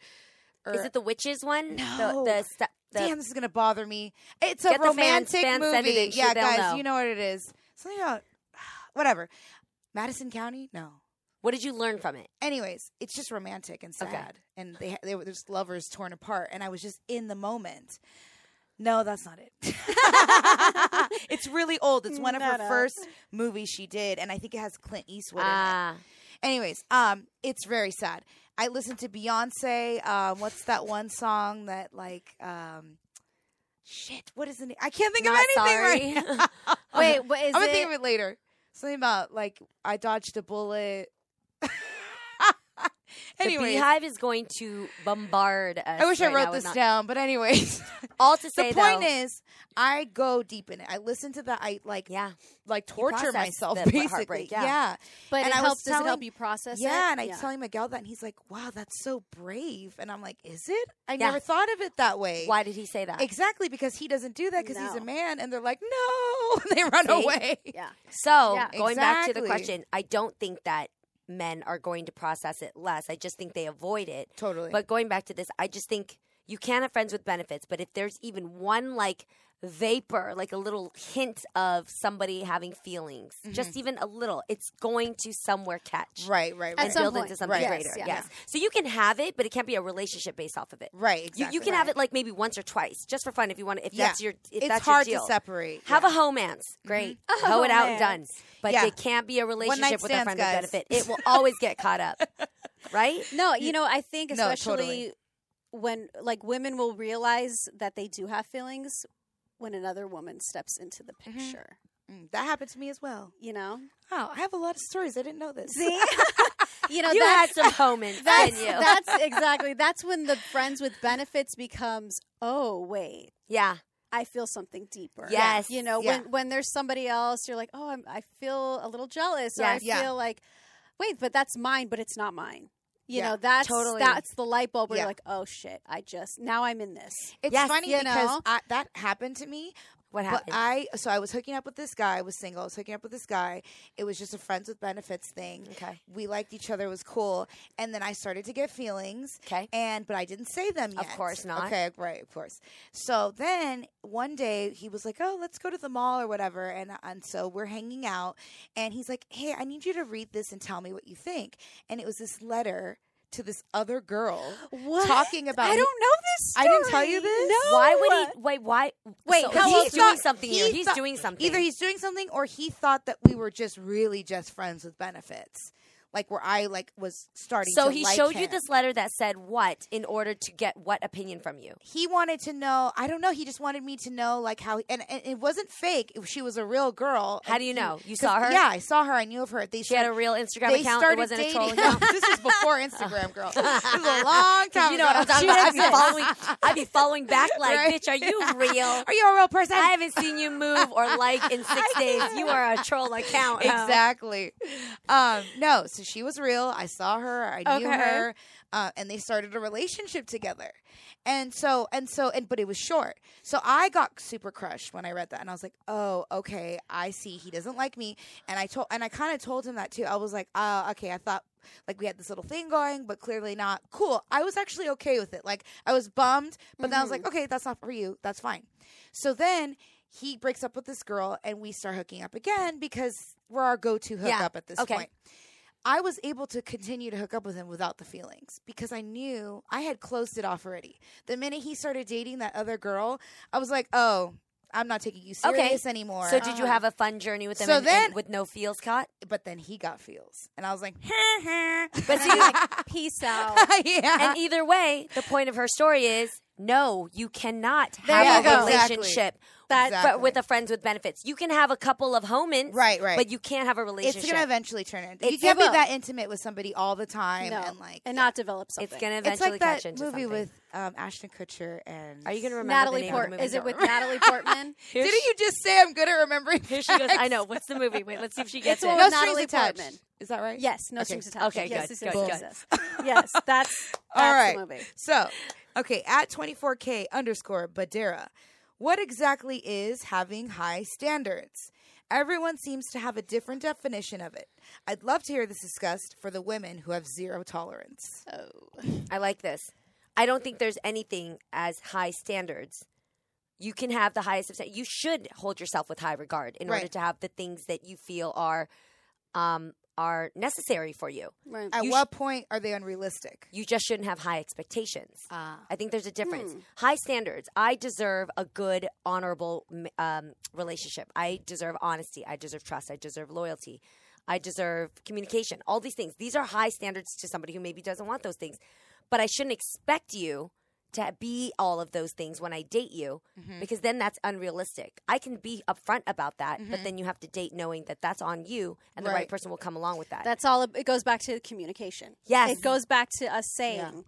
S2: or-
S9: Is it the witches one?
S2: No.
S9: The, the, stu- the
S2: Damn, this is gonna bother me. It's a
S9: Get the fans-
S2: romantic
S9: fans send it
S2: movie.
S9: in. Sure,
S2: yeah,
S9: they'll
S2: guys,
S9: know.
S2: you know what it is. Something about *sighs* whatever. Madison County? No.
S9: What did you learn from it?
S2: Anyways, it's just romantic and sad,
S9: Okay.
S2: and they they were just lovers torn apart, and I was just in the moment. No, that's not it. *laughs* it's really old. It's one of her
S3: Meta.
S2: first movies she did, and I think it has Clint Eastwood in it.
S9: Ah,
S2: Anyways, um, it's very sad. I listened to Beyonce. Um, what's that one song that like, um, shit? What is the name? I can't think
S9: Not
S2: of anything
S9: sorry. *laughs*
S2: right now.
S3: Wait, what
S2: I'm
S3: is
S2: gonna
S3: it?
S2: think of it later. Something about like I dodged a
S9: *laughs*
S2: bullet.
S9: the
S2: anyways,
S9: beehive is going to bombard us.
S2: I wish
S9: right
S2: I
S9: now
S2: wrote
S9: with
S2: this
S9: not-
S2: down, but anyways,
S9: *laughs* All to
S2: the
S9: say,
S2: point
S9: though,
S2: is, I go deep in it. I listen to that. I like,
S9: yeah,
S2: like torture
S9: process
S2: myself
S9: the
S2: basically.
S9: heartbreak, yeah.
S3: But
S2: And
S3: it
S2: I was
S3: helps does it help
S2: telling-
S3: you process it?
S2: yeah, and I was telling Miguel that, and he's like, "Wow, that's so brave." And I'm like, "Is it? I
S9: Yeah.
S2: never thought of it that way."
S9: why did he say that?
S2: Exactly because he doesn't do that because he's a
S3: No.
S2: man, and they're like, "No," *laughs* they run
S9: See?
S2: away.
S3: Yeah.
S9: So
S3: Yeah.
S9: going back to the
S2: Exactly.
S9: question, I don't think that men are going to process it less. I just think they avoid it.
S2: Totally.
S9: But going back to this, I just think you can have friends with benefits, but if there's even one like vapor, like a little hint of somebody having feelings, just even a little, it's going to somewhere catch.
S2: Mm-hmm. right, right,
S3: At
S2: right,
S9: And
S3: some
S9: build
S3: point.
S9: into something
S2: Right.
S9: greater.
S2: Yes,
S9: Yes,
S3: yeah.
S9: So you can have it, but it can't be a relationship based off of it.
S2: right.
S9: You,
S2: Exactly.
S9: you can have it like maybe once or twice, just for fun, if you want. If
S2: Yeah.
S9: that's your, if
S2: it's
S9: that's your
S2: hard
S9: deal.
S2: to separate.
S9: Have
S2: yeah. Mm-hmm.
S9: a homance. Great. Hoe it out and done. But
S2: Yeah.
S9: it can't be a
S2: night
S9: relationship with a
S2: stands,
S9: friend
S2: guys. *laughs*
S9: with benefit. It will always get caught up. Right?
S3: No, you know, I think
S2: No,
S3: especially
S2: totally.
S3: when like women will realize that they do have feelings when another woman steps into the picture.
S2: Mm, that happened to me as well.
S3: You know?
S2: Wow, Oh, I have a lot of stories. I didn't know this.
S3: You know,
S9: You
S3: that's
S9: had
S2: *laughs*
S9: some homance,
S3: that's,
S9: didn't you?
S3: that's exactly that's when the friends with benefits becomes, oh wait,
S9: yeah.
S3: I feel something deeper.
S9: Yes.
S3: You know,
S2: Yeah.
S3: when when there's somebody else, you're like, oh, I'm, I feel a little jealous. Or I
S9: Yes.
S2: Yeah.
S3: feel like, wait, but that's mine, but it's not mine. You
S2: Yeah,
S3: know, that's
S9: totally.
S3: that's the light bulb where
S2: Yeah.
S3: you're like, oh shit, I just now I'm in this.
S2: It's
S9: Yes,
S2: funny
S3: you
S2: because
S3: know.
S2: I, that happened to me,
S9: What
S2: But
S9: happened?
S2: I so I was hooking up with this guy. I was single. I was hooking up with this guy. It was just a friends with benefits thing.
S9: Okay.
S2: We liked each other. It was cool. And then I started to get feelings.
S9: Okay.
S2: And but I didn't say them
S9: Of
S2: yet.
S9: course not.
S2: Okay. Right. Of course. So then one day he was like, "Oh, let's go to the mall or whatever," and and so we're hanging out, and he's like, "Hey, I need you to read this and tell me what you think." And it was this letter to this other girl talking about.
S3: I don't know this.
S2: I didn't tell you
S3: story.
S2: this?
S3: No.
S9: why would he wait, why
S2: Wait,
S9: so
S2: how
S9: he's
S2: old-
S9: doing
S2: he thought-
S9: something
S2: he
S9: here. He's
S2: thought-
S9: doing something.
S2: Either he's doing something or he thought that we were just really just friends with benefits. Like where I like was starting
S9: so
S2: to
S9: he
S2: like
S9: showed you
S2: him.
S9: this letter that said what in order to get what opinion from you?
S2: he wanted to know I don't know, he just wanted me to know like how and, and it wasn't fake. It- She was a real girl.
S9: How
S2: and
S9: do you
S2: he-
S9: know? You
S2: 'cause-
S9: saw her?
S2: Yeah, I saw her. I knew of her. They
S9: She had a
S2: started-
S9: real Instagram
S2: they
S9: account. It
S2: started
S9: wasn't a
S2: dating. *laughs*
S9: troll account.
S2: this was
S9: *laughs*
S2: before Instagram, girl. This was a long time
S9: You know what
S2: ago. She
S9: I'm talking about? I'd
S2: didn't
S9: be
S2: exist.
S9: following I'd be following
S2: *laughs*
S9: back like,
S2: Right.
S9: bitch, are you real?
S2: Are you a real person?
S9: I haven't seen you
S2: *laughs*
S9: *laughs* move or like in six days. You are a troll account. huh?
S2: exactly. Um, no, so so she was real. I saw her. I knew
S11: Okay.
S2: her, uh, and they started a relationship together. And so and so and but it was short. So I got super crushed when I read that, and I was like, oh, okay, I see. He doesn't like me, and I told and I kind of told him that too. I was like, oh, okay, I thought. Like we had this little thing going, but clearly not cool. I was actually okay with it. Like I was bummed, but then I was like, okay, that's not for you. That's fine. So then he breaks up with this girl, and we start hooking up again because we're our go-to hookup
S9: Yeah.
S2: at this
S9: Okay.
S2: point. I was able to continue to hook up with him without the feelings because I knew I had closed it off already. The minute he started dating that other girl, I was like, "Oh, I'm not taking you
S9: Okay.
S2: serious anymore." Uh-huh.
S9: So did you have a fun journey with him
S2: So
S9: and-
S2: then,
S9: and with no feels
S2: *laughs*
S9: caught?
S2: But then he got feels, and I was like, *laughs*
S9: But so *laughs* you're like, peace out.
S2: Yeah.
S9: *laughs* And either way, the point of her story is no, you cannot
S2: There
S9: have
S2: you
S9: a
S2: go. Exactly.
S9: relationship that but with a friends with benefits. You can have a couple of homins,
S2: Right, right.
S9: but you can't have a relationship.
S2: "It's gonna eventually turn into."
S9: It-
S2: you can't
S9: it
S2: be
S9: will.
S2: that intimate with somebody all the time,
S9: No.
S2: and like,
S3: and not develop something.
S9: It's gonna
S2: it's
S9: eventually
S2: like
S9: catch
S2: that
S9: into
S2: movie
S9: something.
S2: with um, Ashton Kutcher and
S9: Are you gonna remember the
S3: Natalie
S9: name of
S3: Port.
S9: the movie?
S3: Is it
S9: Don't *laughs*
S3: with
S9: remember.
S3: Natalie Portman?
S9: Here
S2: Didn't you just say I'm good at remembering?
S9: Here *laughs* she goes. I know. What's the movie? Wait, let's
S2: *laughs*
S9: see if she
S3: It's
S9: gets
S3: the
S9: it.
S3: one with Natalie
S2: attached.
S3: Portman.
S2: Is that right?
S3: Yes, no
S2: Okay.
S3: strings attached.
S9: Okay,
S3: yes,
S9: good,
S3: yes,
S9: good,
S3: yes,
S9: good.
S3: yes, yes. *laughs* Yes, that's,
S9: *laughs*
S3: that's
S2: All right.
S3: the movie.
S2: So, okay, at 24K underscore Badera, what exactly is having high standards? Everyone seems to have a different definition of it. I'd love to hear this discussed for the women who have zero tolerance.
S9: I like this. I don't think there's anything as high standards. You can have the highest of sta- you should hold yourself with high regard in order
S2: Right.
S9: to have the things that you feel are um, are necessary for you.
S3: Right.
S2: At
S9: Um, You sh-
S2: what point are they unrealistic?
S9: You just shouldn't have high expectations. I think there's a difference. High standards. I deserve a good, honorable m- um, relationship. I deserve honesty. I deserve trust. I deserve loyalty. I deserve communication. All these things. These are high standards to somebody who maybe doesn't want those things. But I shouldn't expect you to be all of those things when I date you because then that's unrealistic. I can be upfront about that, but then you have to date knowing that that's on you and the right
S3: Right.
S9: person will come along with that.
S3: That's all. It goes back to the communication.
S9: Yes.
S3: it goes back to us saying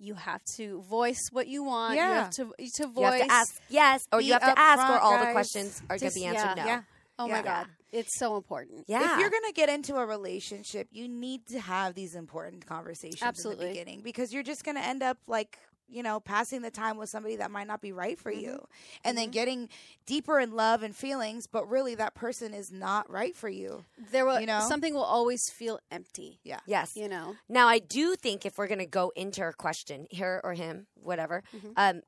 S3: you have to voice what you want. you have to to voice.
S9: You have to ask yes, or
S2: Be
S9: you have to ask, or
S2: upfront,
S9: all the
S2: guys.
S9: questions are going
S3: Just-
S9: to be answered
S3: yeah.
S9: no.
S2: Yeah.
S3: Oh
S2: Yeah.
S3: my god, it's so important.
S9: Yeah.
S2: If you're going to get into a relationship, you need to have these important conversations in
S3: Absolutely.
S2: the beginning because you're just going to end up like, you know, passing the time with somebody that might not be right for you.
S9: Mm-hmm.
S2: And then getting deeper in love and feelings, but really that person is not right for you.
S3: There will
S2: You know?
S3: something will always feel empty.
S2: Yeah.
S9: yes.
S3: You know,
S9: Now, I do think if we're going to go into her question, her or him, whatever, um,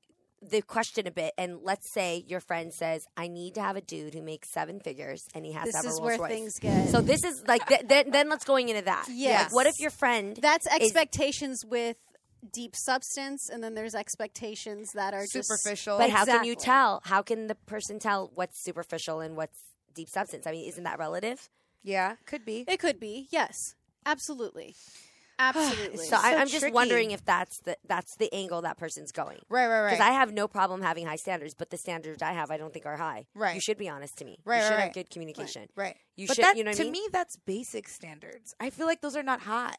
S9: the question a bit, and let's say your friend says, "I need to have a dude who makes seven figures and he has to
S3: this
S9: have
S3: is
S9: a
S3: where
S9: Rolls Royce."
S3: things get.
S9: so this is like th- then, then let's going into that. Yeah. Like,
S3: Yes.
S9: what if your friend?
S3: that's
S9: is-
S3: expectations with deep substance, and then there's expectations that are just-
S2: Superficial.
S9: But how can you
S3: Exactly.
S9: tell? How can the person tell what's superficial and what's deep substance? I mean, isn't that relative?
S2: Yeah, could be.
S3: It could be. Yes,
S9: *sighs*
S3: absolutely, absolutely.
S9: So, I,
S2: So
S9: I'm just
S2: tricky.
S9: wondering if that's the that's the angle that person's going.
S2: right, right,
S9: Because
S2: right.
S9: I have no problem having high standards, but the standards I have, I don't think are high.
S2: Right.
S9: You should be honest to me.
S2: Right,
S9: You should
S2: right,
S9: have
S2: right.
S9: good communication.
S2: Right.
S9: You
S2: but
S9: should.
S2: that,
S9: you know what
S2: to
S9: I mean?
S2: me, that's basic standards. I feel like those are not high.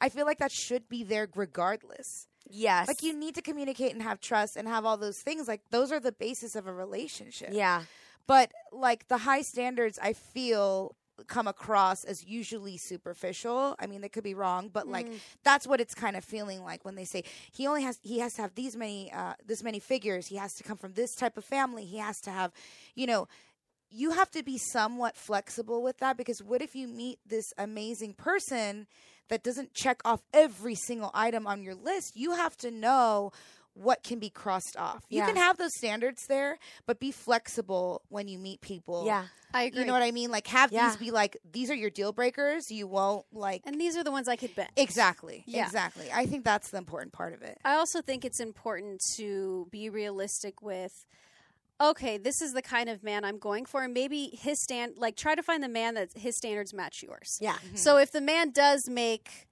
S2: I feel like that should be there regardless.
S9: yes.
S2: Like you need to communicate and have trust and have all those things. Like those are the basis of a relationship.
S9: Yeah.
S2: But like the high standards, I feel come across as usually superficial. I mean, they could be wrong, but like
S9: Mm.
S2: that's what it's kind of feeling like when they say he only has he has to have these many uh, this many figures. He has to come from this type of family. He has to have, you know. You have to be somewhat flexible with that because what if you meet this amazing person that doesn't check off every single item on your list? You have to know what can be crossed off. You
S9: Yeah.
S2: can have those standards there, but be flexible when you meet people.
S9: Yeah.
S3: I agree.
S2: You know what I mean? Like have
S9: Yeah.
S2: these be like these are your deal breakers. You won't like
S3: and these are the ones I could bet.
S2: Exactly.
S3: Yeah.
S2: Exactly. I think that's the important part of it.
S3: I also think it's important to be realistic with okay, this is the kind of man I'm going for and maybe his stand like try to find the man that his standards match yours.
S9: Yeah.
S3: So if the man does make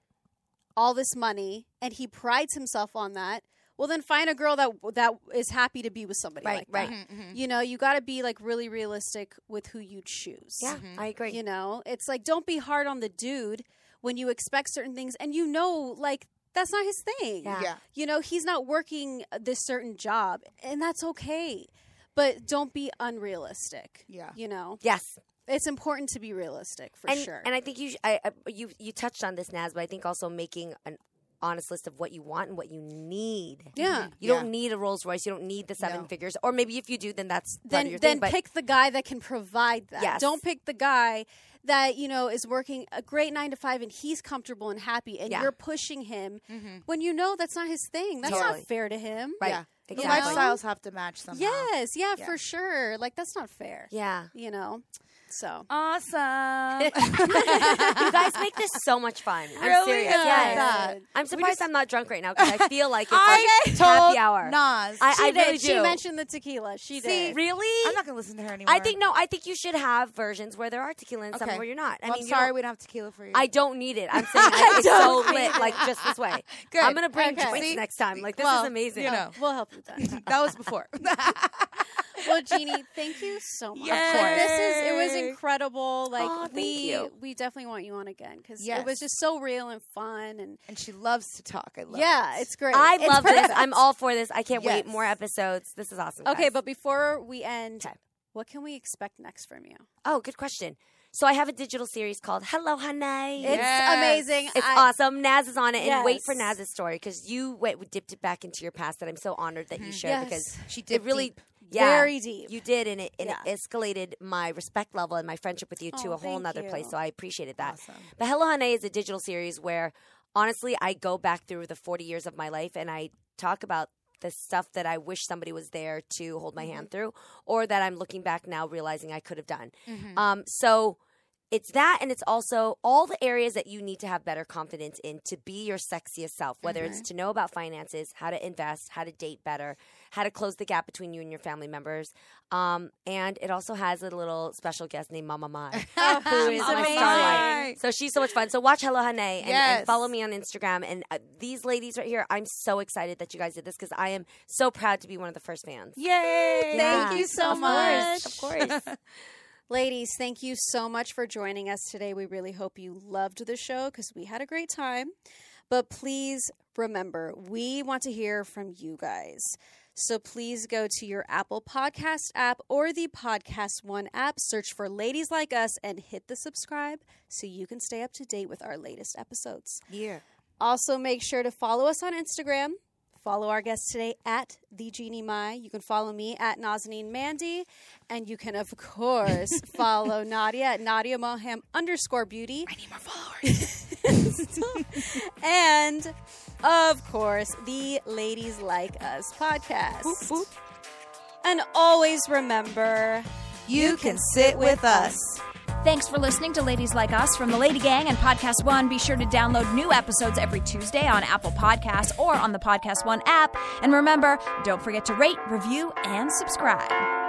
S3: all this money and he prides himself on that, well then find a girl that that is happy to be with somebody
S9: Right,
S3: like that.
S9: right.
S3: You know, you got to be like really realistic with who you choose.
S9: Yeah.
S2: mm-hmm.
S9: I agree.
S3: You know, it's like don't be hard on the dude when you expect certain things and you know like that's not his thing.
S9: Yeah.
S2: Yeah.
S3: You know, he's not working this certain job and that's okay. But don't be unrealistic.
S2: Yeah.
S3: You know.
S9: Yes.
S3: It's important to be realistic for
S9: and,
S3: sure.
S9: And I think you sh- I, I, you you touched on this, Naz, but I think also making an honest list of what you want and what you need.
S3: Yeah.
S9: you
S3: Yeah.
S9: don't need a Rolls Royce. You don't need the seven figures, or maybe if you do, then that's part of
S3: then
S9: your
S3: then
S9: thing, but-
S3: pick the guy that can provide that.
S9: Yes.
S3: Don't pick the guy that you know is working a great nine to five and he's comfortable and happy, and
S9: Yeah.
S3: you're pushing him when you know that's not his thing. That's
S9: Totally.
S3: not fair to him.
S9: Right.
S2: Yeah.
S3: You
S2: The
S3: know?
S2: lifestyles have to match somehow.
S3: Yes, yeah, for sure. Like that's not fair.
S9: Um, Yeah.
S3: You know. So
S1: Awesome.
S9: you guys make this so much fun. I'm
S2: Really
S9: serious.
S2: is.
S9: Yes.
S2: Yeah.
S9: I'm surprised I'm not drunk right now because I feel like it's
S2: I
S9: like
S2: told
S9: happy hour.
S2: Nas.
S9: I,
S3: she
S9: I
S3: did.
S9: really do.
S3: She mentioned the tequila. She
S2: See,
S3: did.
S9: really?
S2: I'm not gonna listen to her anymore.
S9: I think no. I think you should have versions where there are tequila and some
S2: Okay.
S9: where you're not. I
S2: Well,
S9: mean,
S2: I'm
S9: you
S2: sorry
S9: don't-
S2: we don't have tequila for you.
S9: I don't need it. *laughs* I'm saying I, it's so lit, like just this *laughs* way.
S2: Good.
S9: I'm gonna bring
S2: Okay.
S9: drinks
S2: See?
S9: next time. Like this
S2: Well,
S9: is amazing.
S2: you know.
S3: We'll help you with that.
S9: *laughs*
S2: that *laughs* was before.
S3: well, Jeannie, thank you so much.
S2: Of course.
S3: This is it was incredible. Like
S9: Aw, thank
S3: we
S9: you.
S3: we definitely want you on again because
S2: Yes.
S3: it was just so real and fun and
S2: and she loves to talk. I love
S3: yeah,
S2: it.
S3: it's great.
S9: I
S3: It's
S9: love this.
S3: perfect.
S9: I'm all for this. I can't
S2: Yes.
S9: wait. More episodes. This is awesome.
S3: okay.
S9: guys.
S3: But before we end,
S9: Okay.
S3: what can we expect next from you?
S9: oh, good question. So I have a digital series called Hello Honey.
S3: It's amazing.
S9: It's
S3: I-
S9: awesome. Naz is on it, and wait for
S3: Yes.
S9: Naz's story because you went, dipped it back into your past that I'm so honored that you shared
S3: Mm-hmm. Yes.
S9: because
S2: She
S9: it
S2: did
S9: really,
S2: deep.
S9: yeah,
S3: Very deep.
S9: You did, and it and
S3: Yeah.
S9: it escalated my respect level and my friendship with you to
S3: Oh,
S9: a whole
S3: thank
S9: nother place.
S3: you.
S9: So I appreciated that. But Hello Honey is a digital series where honestly I go back through the 40 years of my life and I talk about the stuff that I wish somebody was there to hold
S3: Mm-hmm.
S9: my hand through, or that I'm looking back now realizing I could have done.
S3: Mm-hmm.
S9: Um, so it's that and it's also all the areas that you need to have better confidence in to be your sexiest self whether
S2: Mm-hmm.
S9: it's to know about finances how to invest how to date better how to close the gap between you and your family members um, and it also has a little special guest named
S2: *laughs*
S9: mama mai who is
S2: Mama
S9: my
S2: Mai.
S9: starlight so she's so much fun so watch hello Hane and,
S2: Yes.
S9: and follow me on instagram and uh, these ladies right here i'm so excited that you guys did this because i am so proud to be one of the first fans
S2: Yay!
S9: Yeah.
S2: Thank you so
S9: Of
S2: much.
S9: course, of course
S3: Ladies, thank you so much for joining us today. We really hope you loved the show because we had a great time. But please remember, we want to hear from you guys. So please go to your Apple Podcast app or the Podcast One app, search for Ladies Like Us, and hit the subscribe so you can stay up to date with our latest episodes.
S2: Yeah.
S3: Also, make sure to follow us on Instagram. Follow our guest today at the Genie Mai. You can follow me at Nazanin Mandy, and you can of *laughs* course follow Nadia at Nadia Moham underscore beauty. I need more *laughs* followers. and of course, the Ladies Like Us podcast. And always remember,
S2: You can sit with us.
S1: Thanks for listening to Ladies Like Us from the Lady Gang and Podcast One. Be sure to download new episodes every Tuesday on Apple Podcasts or on the Podcast One app. And remember, don't forget to rate, review, and subscribe.